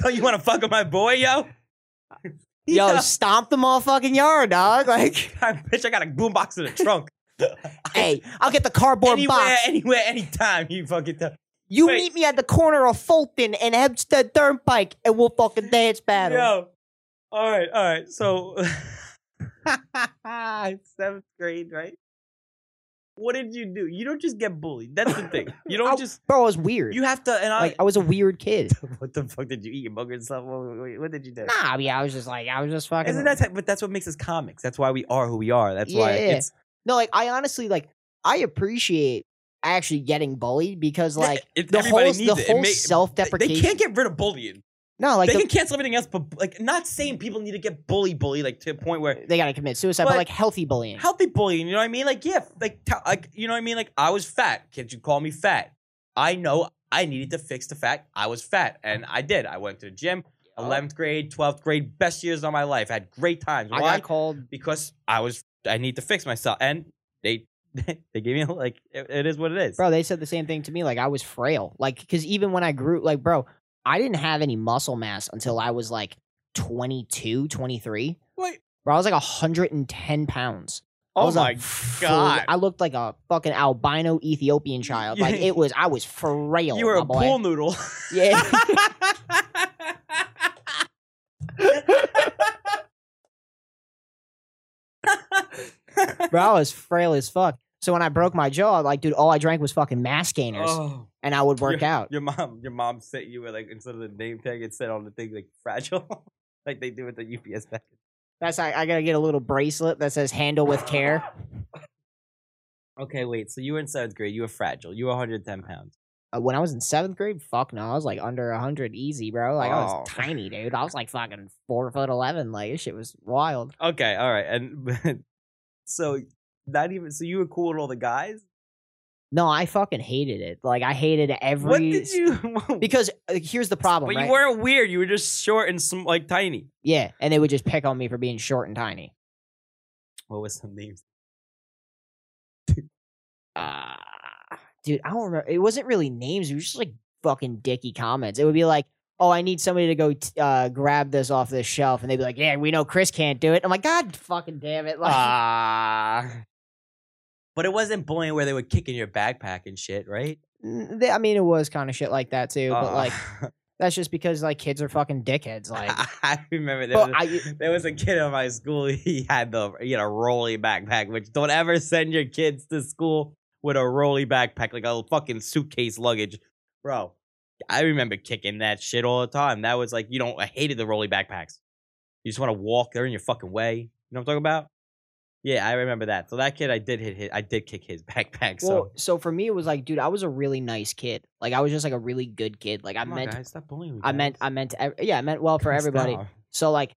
Speaker 1: Cole, you want to fuck with my boy, yo?
Speaker 2: yo, stomp the motherfucking yard, dog. Like,
Speaker 1: I bitch, I got a boombox in the trunk.
Speaker 2: hey, I'll get the cardboard
Speaker 1: anywhere,
Speaker 2: box.
Speaker 1: anywhere, anytime. You fucking tell.
Speaker 2: You
Speaker 1: wait.
Speaker 2: meet me at the corner of Fulton and Hempstead Turnpike, and we'll fucking dance battle.
Speaker 1: Yo, all right, all right. So, seventh grade, right? What did you do? You don't just get bullied. That's the thing. You don't
Speaker 2: I-
Speaker 1: just.
Speaker 2: bro, I was weird.
Speaker 1: You have to. And I.
Speaker 2: like, I was a weird kid.
Speaker 1: what the fuck did you eat? Your bugger and stuff. What, what- what did you do?
Speaker 2: Nah, I mean, I was just like, I was just fucking.
Speaker 1: Isn't that? type- But that's what makes us comics. That's why we are who we are. That's why
Speaker 2: Yeah.
Speaker 1: it's
Speaker 2: No, like I honestly like I appreciate actually getting bullied because
Speaker 1: Yeah,
Speaker 2: like
Speaker 1: it-
Speaker 2: the
Speaker 1: everybody
Speaker 2: whole
Speaker 1: needs
Speaker 2: the
Speaker 1: it. It
Speaker 2: whole
Speaker 1: make-
Speaker 2: self
Speaker 1: they-
Speaker 2: deprecation.
Speaker 1: They can't get rid of bullying.
Speaker 2: no, like
Speaker 1: they
Speaker 2: the,
Speaker 1: can cancel everything else, but like not saying people need to get bully, bully, like to a point where
Speaker 2: they gotta commit suicide, but,
Speaker 1: But-
Speaker 2: like healthy bullying.
Speaker 1: healthy bullying. You know what I mean? Like yeah, like t- like you know what I mean? Like I was fat. Kids, you call me fat. I know I needed to fix the fact I was fat, and I did. I went to the gym. Eleventh grade, twelfth grade, best years of my life. I had great times.
Speaker 2: I
Speaker 1: Why?
Speaker 2: got called.
Speaker 1: because I was I need to fix myself, and they they gave me a- like it, it is what it is.
Speaker 2: Bro, they said the same thing to me. Like I was frail. Like because even when I grew, like bro, I didn't have any muscle mass until I was like 22, 23.
Speaker 1: Wait,
Speaker 2: Bro, I was like 110 pounds. I
Speaker 1: oh
Speaker 2: was a
Speaker 1: my
Speaker 2: full-
Speaker 1: god,
Speaker 2: I looked like a fucking albino Ethiopian child. Like it was, I was frail.
Speaker 1: you were
Speaker 2: my
Speaker 1: a
Speaker 2: boy.
Speaker 1: pool noodle.
Speaker 2: Yeah. bro, I was frail as fuck. So when I broke my jaw, like, dude, all I drank was fucking mass gainers,
Speaker 1: oh,
Speaker 2: and I would work out.
Speaker 1: your mom, your mom sent you with like instead of the name tag, it said on the thing like fragile, like they do with the UPS package.
Speaker 2: That's I, I gotta get a little bracelet that says "Handle with care."
Speaker 1: Okay, wait. So you were in seventh grade. You were fragile. You were 110 pounds.
Speaker 2: Uh, when I was in seventh grade, fuck no, I was like under hundred easy, bro. Like I was
Speaker 1: Oh.
Speaker 2: tiny, dude. I was like fucking four foot eleven. Like this shit was wild.
Speaker 1: Okay, all right, and so not even so you were cool with all the guys.
Speaker 2: No, I fucking hated it. Like I hated every.
Speaker 1: What did you?
Speaker 2: Because uh, here's the problem,
Speaker 1: But
Speaker 2: right?
Speaker 1: you weren't weird. You were just short and some like tiny.
Speaker 2: yeah, and they would just pick on me for being short and tiny.
Speaker 1: What was some names?
Speaker 2: uh, dude, I don't remember. It wasn't really names. It was just like fucking dicky comments. It would be like, oh, I need somebody to go t- uh, grab this off this shelf, and they'd be like, yeah, we know Chris can't do it. I'm like, God, fucking damn it! Like,
Speaker 1: Ah. but it wasn't bullying where they would kick in your backpack and shit, right?
Speaker 2: n- they- I mean, it was kind of shit like that too. but
Speaker 1: Uh,
Speaker 2: like, that's just because like kids are fucking dickheads. Like,
Speaker 1: I remember there
Speaker 2: Well,
Speaker 1: was,
Speaker 2: I-
Speaker 1: there was a kid in my school. He had the he had a rolly backpack. Which don't ever send your kids to school with a rolly backpack, like a fucking suitcase luggage, bro. I remember kicking that shit all the time. That was like you don't. I hated the rolly backpacks. You just want to walk. They're in your fucking way. You know what I'm talking about? Yeah, I remember that. So that kid, I did hit. hit I did kick his backpack. So
Speaker 2: well, so for me, it was like, dude, I was a really nice kid. Like, I was just like a really good kid. Like, I
Speaker 1: Come on,
Speaker 2: meant,
Speaker 1: guys, stop bullying me.
Speaker 2: I meant, I
Speaker 1: guys.
Speaker 2: meant, to ev- yeah, I meant well for everybody.
Speaker 1: Stop.
Speaker 2: So like,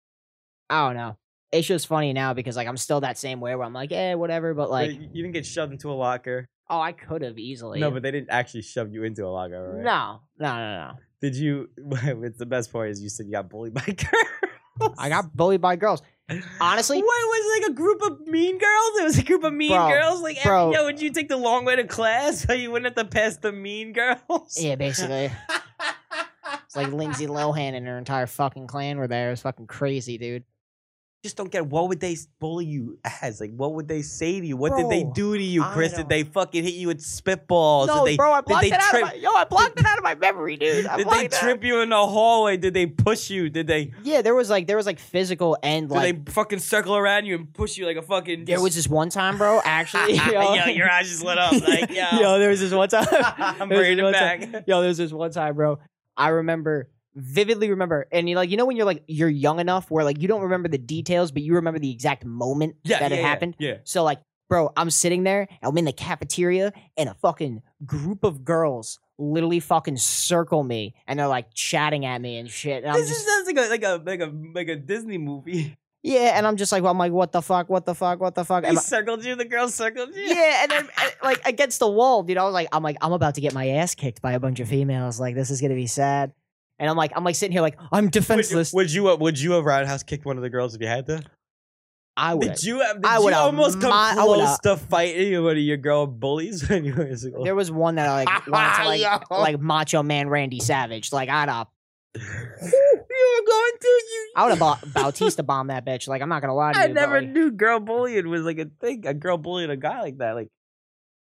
Speaker 2: I don't know. It's just funny now because like I'm still that same way where I'm like, eh, whatever. But like,
Speaker 1: you you didn't get shoved into a locker.
Speaker 2: oh, I could have easily.
Speaker 1: No, but they didn't actually shove you into a locker, right?
Speaker 2: no, no, no, no.
Speaker 1: Did you? It's the best part is you said you got bullied by girls.
Speaker 2: I got bullied by girls. honestly-
Speaker 1: what was it, like a group of mean girls? It was a group of mean
Speaker 2: Bro,
Speaker 1: girls. Like, eh,
Speaker 2: bro.
Speaker 1: yo, would you take the long way to class so you wouldn't have to pass the mean girls?
Speaker 2: Yeah, basically, it's
Speaker 1: it's
Speaker 2: like Lindsay Lohan and her entire fucking clan were there. It was fucking crazy, dude.
Speaker 1: Just don't get. What would they bully you as? Like, what would they say to you? What did they
Speaker 2: Bro,
Speaker 1: do to you,
Speaker 2: I
Speaker 1: Chris? Did
Speaker 2: don't-
Speaker 1: they fucking hit you with spitballs? did Oh, they,
Speaker 2: bro, I
Speaker 1: blocked they it out of trip- my-
Speaker 2: yo, I blocked it out of my memory, dude.
Speaker 1: did they trip you in the hallway? Did they push you? Did they?
Speaker 2: Yeah, there was like there was like physical and
Speaker 1: Did
Speaker 2: like
Speaker 1: they fucking circle around you and push you like a fucking?
Speaker 2: there was this one time, bro. Actually,
Speaker 1: yo, your eyes just lit up. Like, yo,
Speaker 2: yo, there was this one time.
Speaker 1: I'm
Speaker 2: there was
Speaker 1: bringing
Speaker 2: this
Speaker 1: it
Speaker 2: one time-
Speaker 1: back.
Speaker 2: Yo, there was this one time, bro. I remember vividly remember, and you like you know when you're like you're young enough where like you don't remember the details, but you remember the exact moment that it happened.
Speaker 1: Yeah.
Speaker 2: So like, bro, I'm sitting there, I'm in the cafeteria, and a fucking group of girls literally fucking circle me, and they're like chatting at me and shit, and I'm
Speaker 1: This
Speaker 2: just
Speaker 1: is sounds like a like a like a like a Disney movie.
Speaker 2: yeah, and I'm just like, well, I'm like, what the fuck, what the fuck, what the fuck.
Speaker 1: They
Speaker 2: Am I-
Speaker 1: circled you. The girl circled you.
Speaker 2: yeah, and then and, like against the wall, dude. I was like, I'm like, I'm about to get my ass kicked by a bunch of females. Like, this is gonna be sad. And I'm like, I'm like sitting here, like, I'm
Speaker 1: Would you,
Speaker 2: defenseless.
Speaker 1: would you uh, would you have roundhouse kicked one of the girls if you had to?
Speaker 2: I would.
Speaker 1: Did you have? Did
Speaker 2: I
Speaker 1: you
Speaker 2: would've
Speaker 1: almost come
Speaker 2: mi- I would've-
Speaker 1: close to fighting one of your girl bullies when you were in school?
Speaker 2: There was one that I like wanted to like,
Speaker 1: Yo.
Speaker 2: like Macho Man Randy Savage. Like, I'd up.
Speaker 1: you were going to you.
Speaker 2: I would have bought Bautista bomb that bitch. Like, I'm not gonna lie to you.
Speaker 1: I
Speaker 2: but,
Speaker 1: never
Speaker 2: like,
Speaker 1: knew girl bullying was like a thing. A girl bullying a guy like that, like.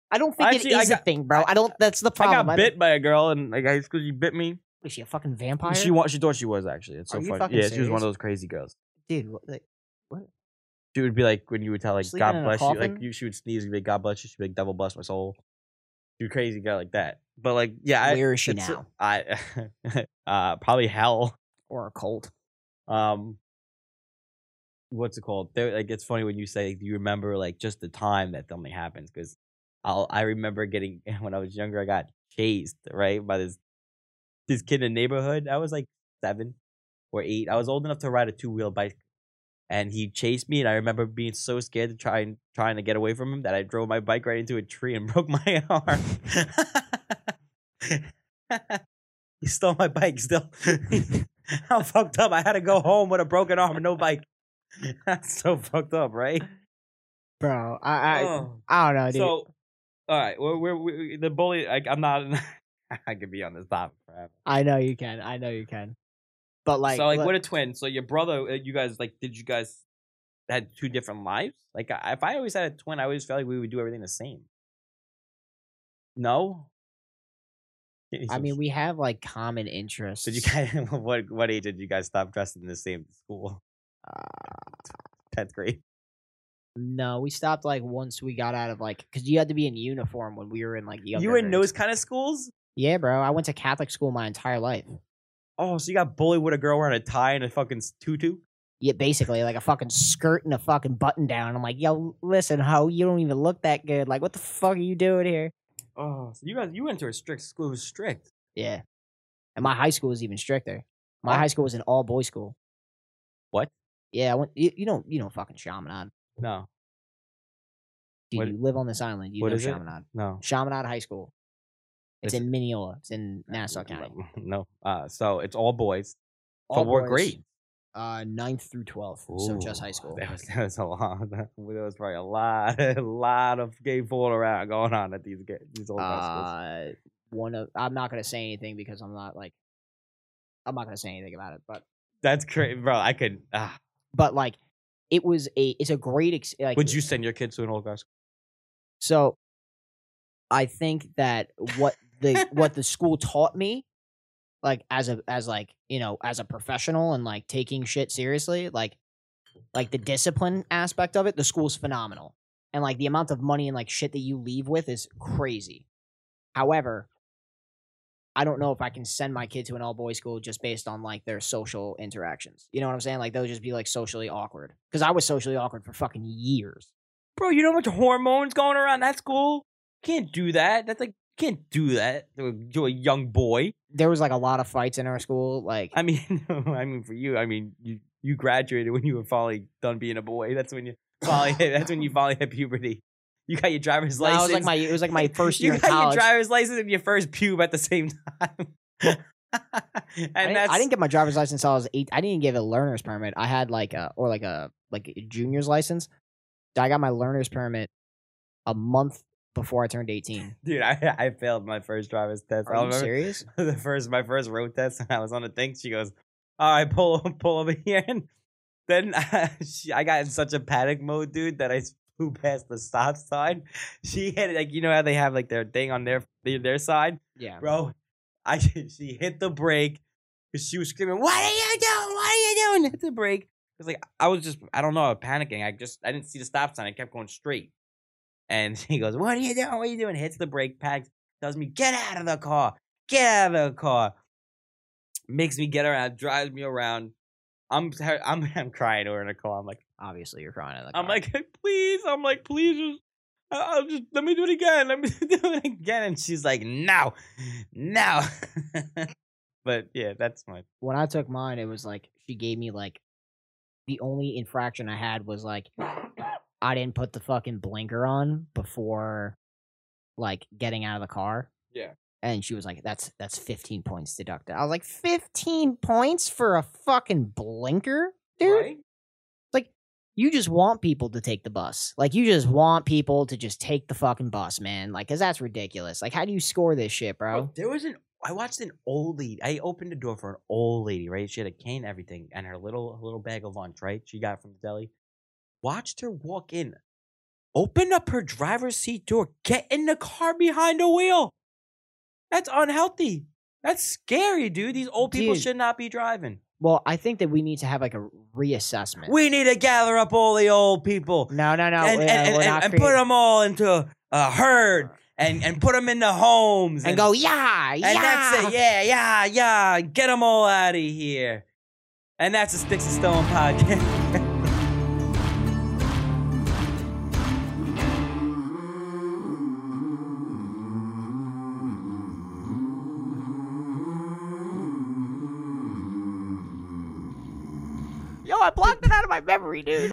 Speaker 2: I don't think
Speaker 1: Actually,
Speaker 2: it
Speaker 1: I
Speaker 2: is a
Speaker 1: got-
Speaker 2: thing, bro. I don't. That's the
Speaker 1: I
Speaker 2: problem.
Speaker 1: got bit by a girl in like high school. She bit me.
Speaker 2: Is she a fucking vampire?
Speaker 1: She wa- she thought she was actually. It's so
Speaker 2: Are you
Speaker 1: funny.
Speaker 2: fucking
Speaker 1: Yeah, she was one of
Speaker 2: serious?
Speaker 1: those crazy girls.
Speaker 2: dude. what- Like,
Speaker 1: She would be like when you would tell like
Speaker 2: Sleeping in
Speaker 1: God
Speaker 2: a
Speaker 1: bless you, like
Speaker 2: coffin?
Speaker 1: you she would sneeze and be like God bless you. She'd be like devil bless my soul. You crazy girl like that. But like yeah, I,
Speaker 2: where is she
Speaker 1: it's-
Speaker 2: now?
Speaker 1: I uh probably hell.
Speaker 2: Or a cult?
Speaker 1: Um, what's it called? There, like it's funny when you say like, do you remember like just the time that something happens because I'll, I remember getting when I was younger, I got chased right by this this kid in the neighborhood. I was like seven or eight. I was old enough to ride a two wheel bike, and he chased me. And I remember being so scared to try and trying to get away from him that I drove my bike right into a tree and broke my arm. he stole my bike. Still, I'm fucked up. I had to go home with a broken arm and no bike. That's so fucked up, right?
Speaker 2: bro. I I,
Speaker 1: Oh.
Speaker 2: I don't know, dude.
Speaker 1: So, all right, we're, we're, we the bully. I, I'm not. I could be on this topic forever.
Speaker 2: I know you can. I know you can. But like,
Speaker 1: so, like,
Speaker 2: look-
Speaker 1: what a twin. So, your brother, uh, you guys, like, did you guys had two different lives? Like, I, if I always had a twin, I always felt like we would do everything the same. No.
Speaker 2: I mean, we have like common interests.
Speaker 1: did you guys? What what age did you guys stop dressing the same to school?
Speaker 2: Uh,
Speaker 1: Tenth grade.
Speaker 2: No, we stopped like once we got out of like because you had to be in uniform when we were in like younger.
Speaker 1: you were in
Speaker 2: grades.
Speaker 1: those kind of schools.
Speaker 2: Yeah, bro. I went to Catholic school my entire life.
Speaker 1: Oh, so you got bullied with a girl wearing a tie and a fucking s- tutu.
Speaker 2: Yeah, basically like a fucking skirt and a fucking button down. I'm like, yo, listen, ho, you don't even look that good. Like, what the fuck are you doing here?
Speaker 1: Oh, so you guys, you went to a strict school. It was strict.
Speaker 2: Yeah. And my high school was even stricter. My
Speaker 1: Oh.
Speaker 2: high school was an all boys school.
Speaker 1: What?
Speaker 2: Yeah, I went. You, you don't. You don't fucking shamanad.
Speaker 1: No,
Speaker 2: Dude,
Speaker 1: What-
Speaker 2: you live on this island. You
Speaker 1: what
Speaker 2: know
Speaker 1: is it?
Speaker 2: shamanad.
Speaker 1: no.
Speaker 2: Chaminade High School. It's
Speaker 1: It's-
Speaker 2: in Mineola. It's in Nassau County.
Speaker 1: No. Uh, so it's all boys.
Speaker 2: All
Speaker 1: but we're
Speaker 2: boys,
Speaker 1: great.
Speaker 2: Uh, ninth through twelfth, so just high school.
Speaker 1: There was, there was a lot. There was probably a lot, a lot of gay fooling around going on at these ga- these old high schools.
Speaker 2: Uh, one of I'm not gonna say anything because I'm not like I'm not gonna say anything about it, but
Speaker 1: That's crazy, bro. I could. ah.
Speaker 2: but like it was a it's a great ex- like
Speaker 1: Would you send your kids to an old guy school?
Speaker 2: so I think that what the what the school taught me like as a as like you know as a professional and like taking shit seriously like like the discipline aspect of it the school's phenomenal and like the amount of money and like shit that you leave with is crazy however i don't know if i can send my kid to an all boys school just based on like their social interactions you know what i'm saying like they'll just be like socially awkward because i was socially awkward for fucking years
Speaker 1: Bro, you know how much hormones going around that school. Can't do that. That's like can't do that to a, to a young boy.
Speaker 2: there was like a lot of fights in our school like
Speaker 1: I mean, I mean for you, I mean you you graduated when you were finally done being a boy. That's when you finally hit, that's when you finally hit puberty. You got your driver's
Speaker 2: No, it
Speaker 1: license.
Speaker 2: was like my it was like my first year
Speaker 1: you
Speaker 2: in
Speaker 1: got
Speaker 2: college
Speaker 1: your driver's license and your first pube at the same time. and
Speaker 2: I didn't,
Speaker 1: that's
Speaker 2: I didn't get my driver's license until I was eight. I didn't even get a learner's permit. I had like a or like a like a junior's license. I got my learner's permit a month before I turned eighteen.
Speaker 1: dude. I, I failed my first driver's test.
Speaker 2: Are
Speaker 1: I
Speaker 2: you
Speaker 1: remember
Speaker 2: serious?
Speaker 1: the first my first road test, and I was on a thing. She goes, "All right, pull pull over here." And then she, I got in such a panic mode, dude, that I flew past the stop sign. She hit it like you know how they have like their thing on their their, their side.
Speaker 2: Yeah.
Speaker 1: bro. I she hit the brake because she was screaming, "What are you doing? What are you doing?" Hit the brake. Cause like I was just I don't know, I was panicking. I just I didn't see the stop sign. I kept going straight, and she goes, "What are you doing? What are you doing?" Hits the brake. Packs tells me, "Get out of the car! Get out of the car!" Makes me get around, drives me around. I'm I'm I'm crying over in the car. I'm like.
Speaker 2: Obviously, you're crying. At the
Speaker 1: I'm
Speaker 2: car.
Speaker 1: like, please. I'm like, please just, I- I'll just let me do it again. Let me do it again. And she's like, no, no. but yeah, that's my.
Speaker 2: when I took mine, it was like she gave me like the only infraction I had was like I didn't put the fucking blinker on before like getting out of the car.
Speaker 1: Yeah.
Speaker 2: And she was like, That's that's fifteen points deducted. I was like, fifteen points for a fucking blinker? Dude, you just want people to take the bus. Like you just want people to just take the fucking bus, man. Like, cause that's ridiculous. Like, how do you score this shit, bro?
Speaker 1: Oh, There was an. I watched an old lady. I opened the door for an old lady. Right, she had a cane, everything, and her little little bag of lunch. Right, she got from the deli. Watched her walk in, open up her driver's seat door, get in the car behind the wheel. That's unhealthy. That's scary, dude. These old people
Speaker 2: Dude.
Speaker 1: should not be driving.
Speaker 2: Well, I think that we need to have like a reassessment.
Speaker 1: We need to gather up all the old people
Speaker 2: No, no, no.
Speaker 1: and,
Speaker 2: we-
Speaker 1: and,
Speaker 2: uh,
Speaker 1: and,
Speaker 2: we're
Speaker 1: and,
Speaker 2: not
Speaker 1: and
Speaker 2: creating-
Speaker 1: put them all into a herd and, and put them into homes
Speaker 2: and go, yeah, yeah.
Speaker 1: and that's it. Yeah, yeah, yeah. Get them all out of here. And that's the Sticks and Stone podcast.
Speaker 2: yo, I blocked it out of my memory, dude.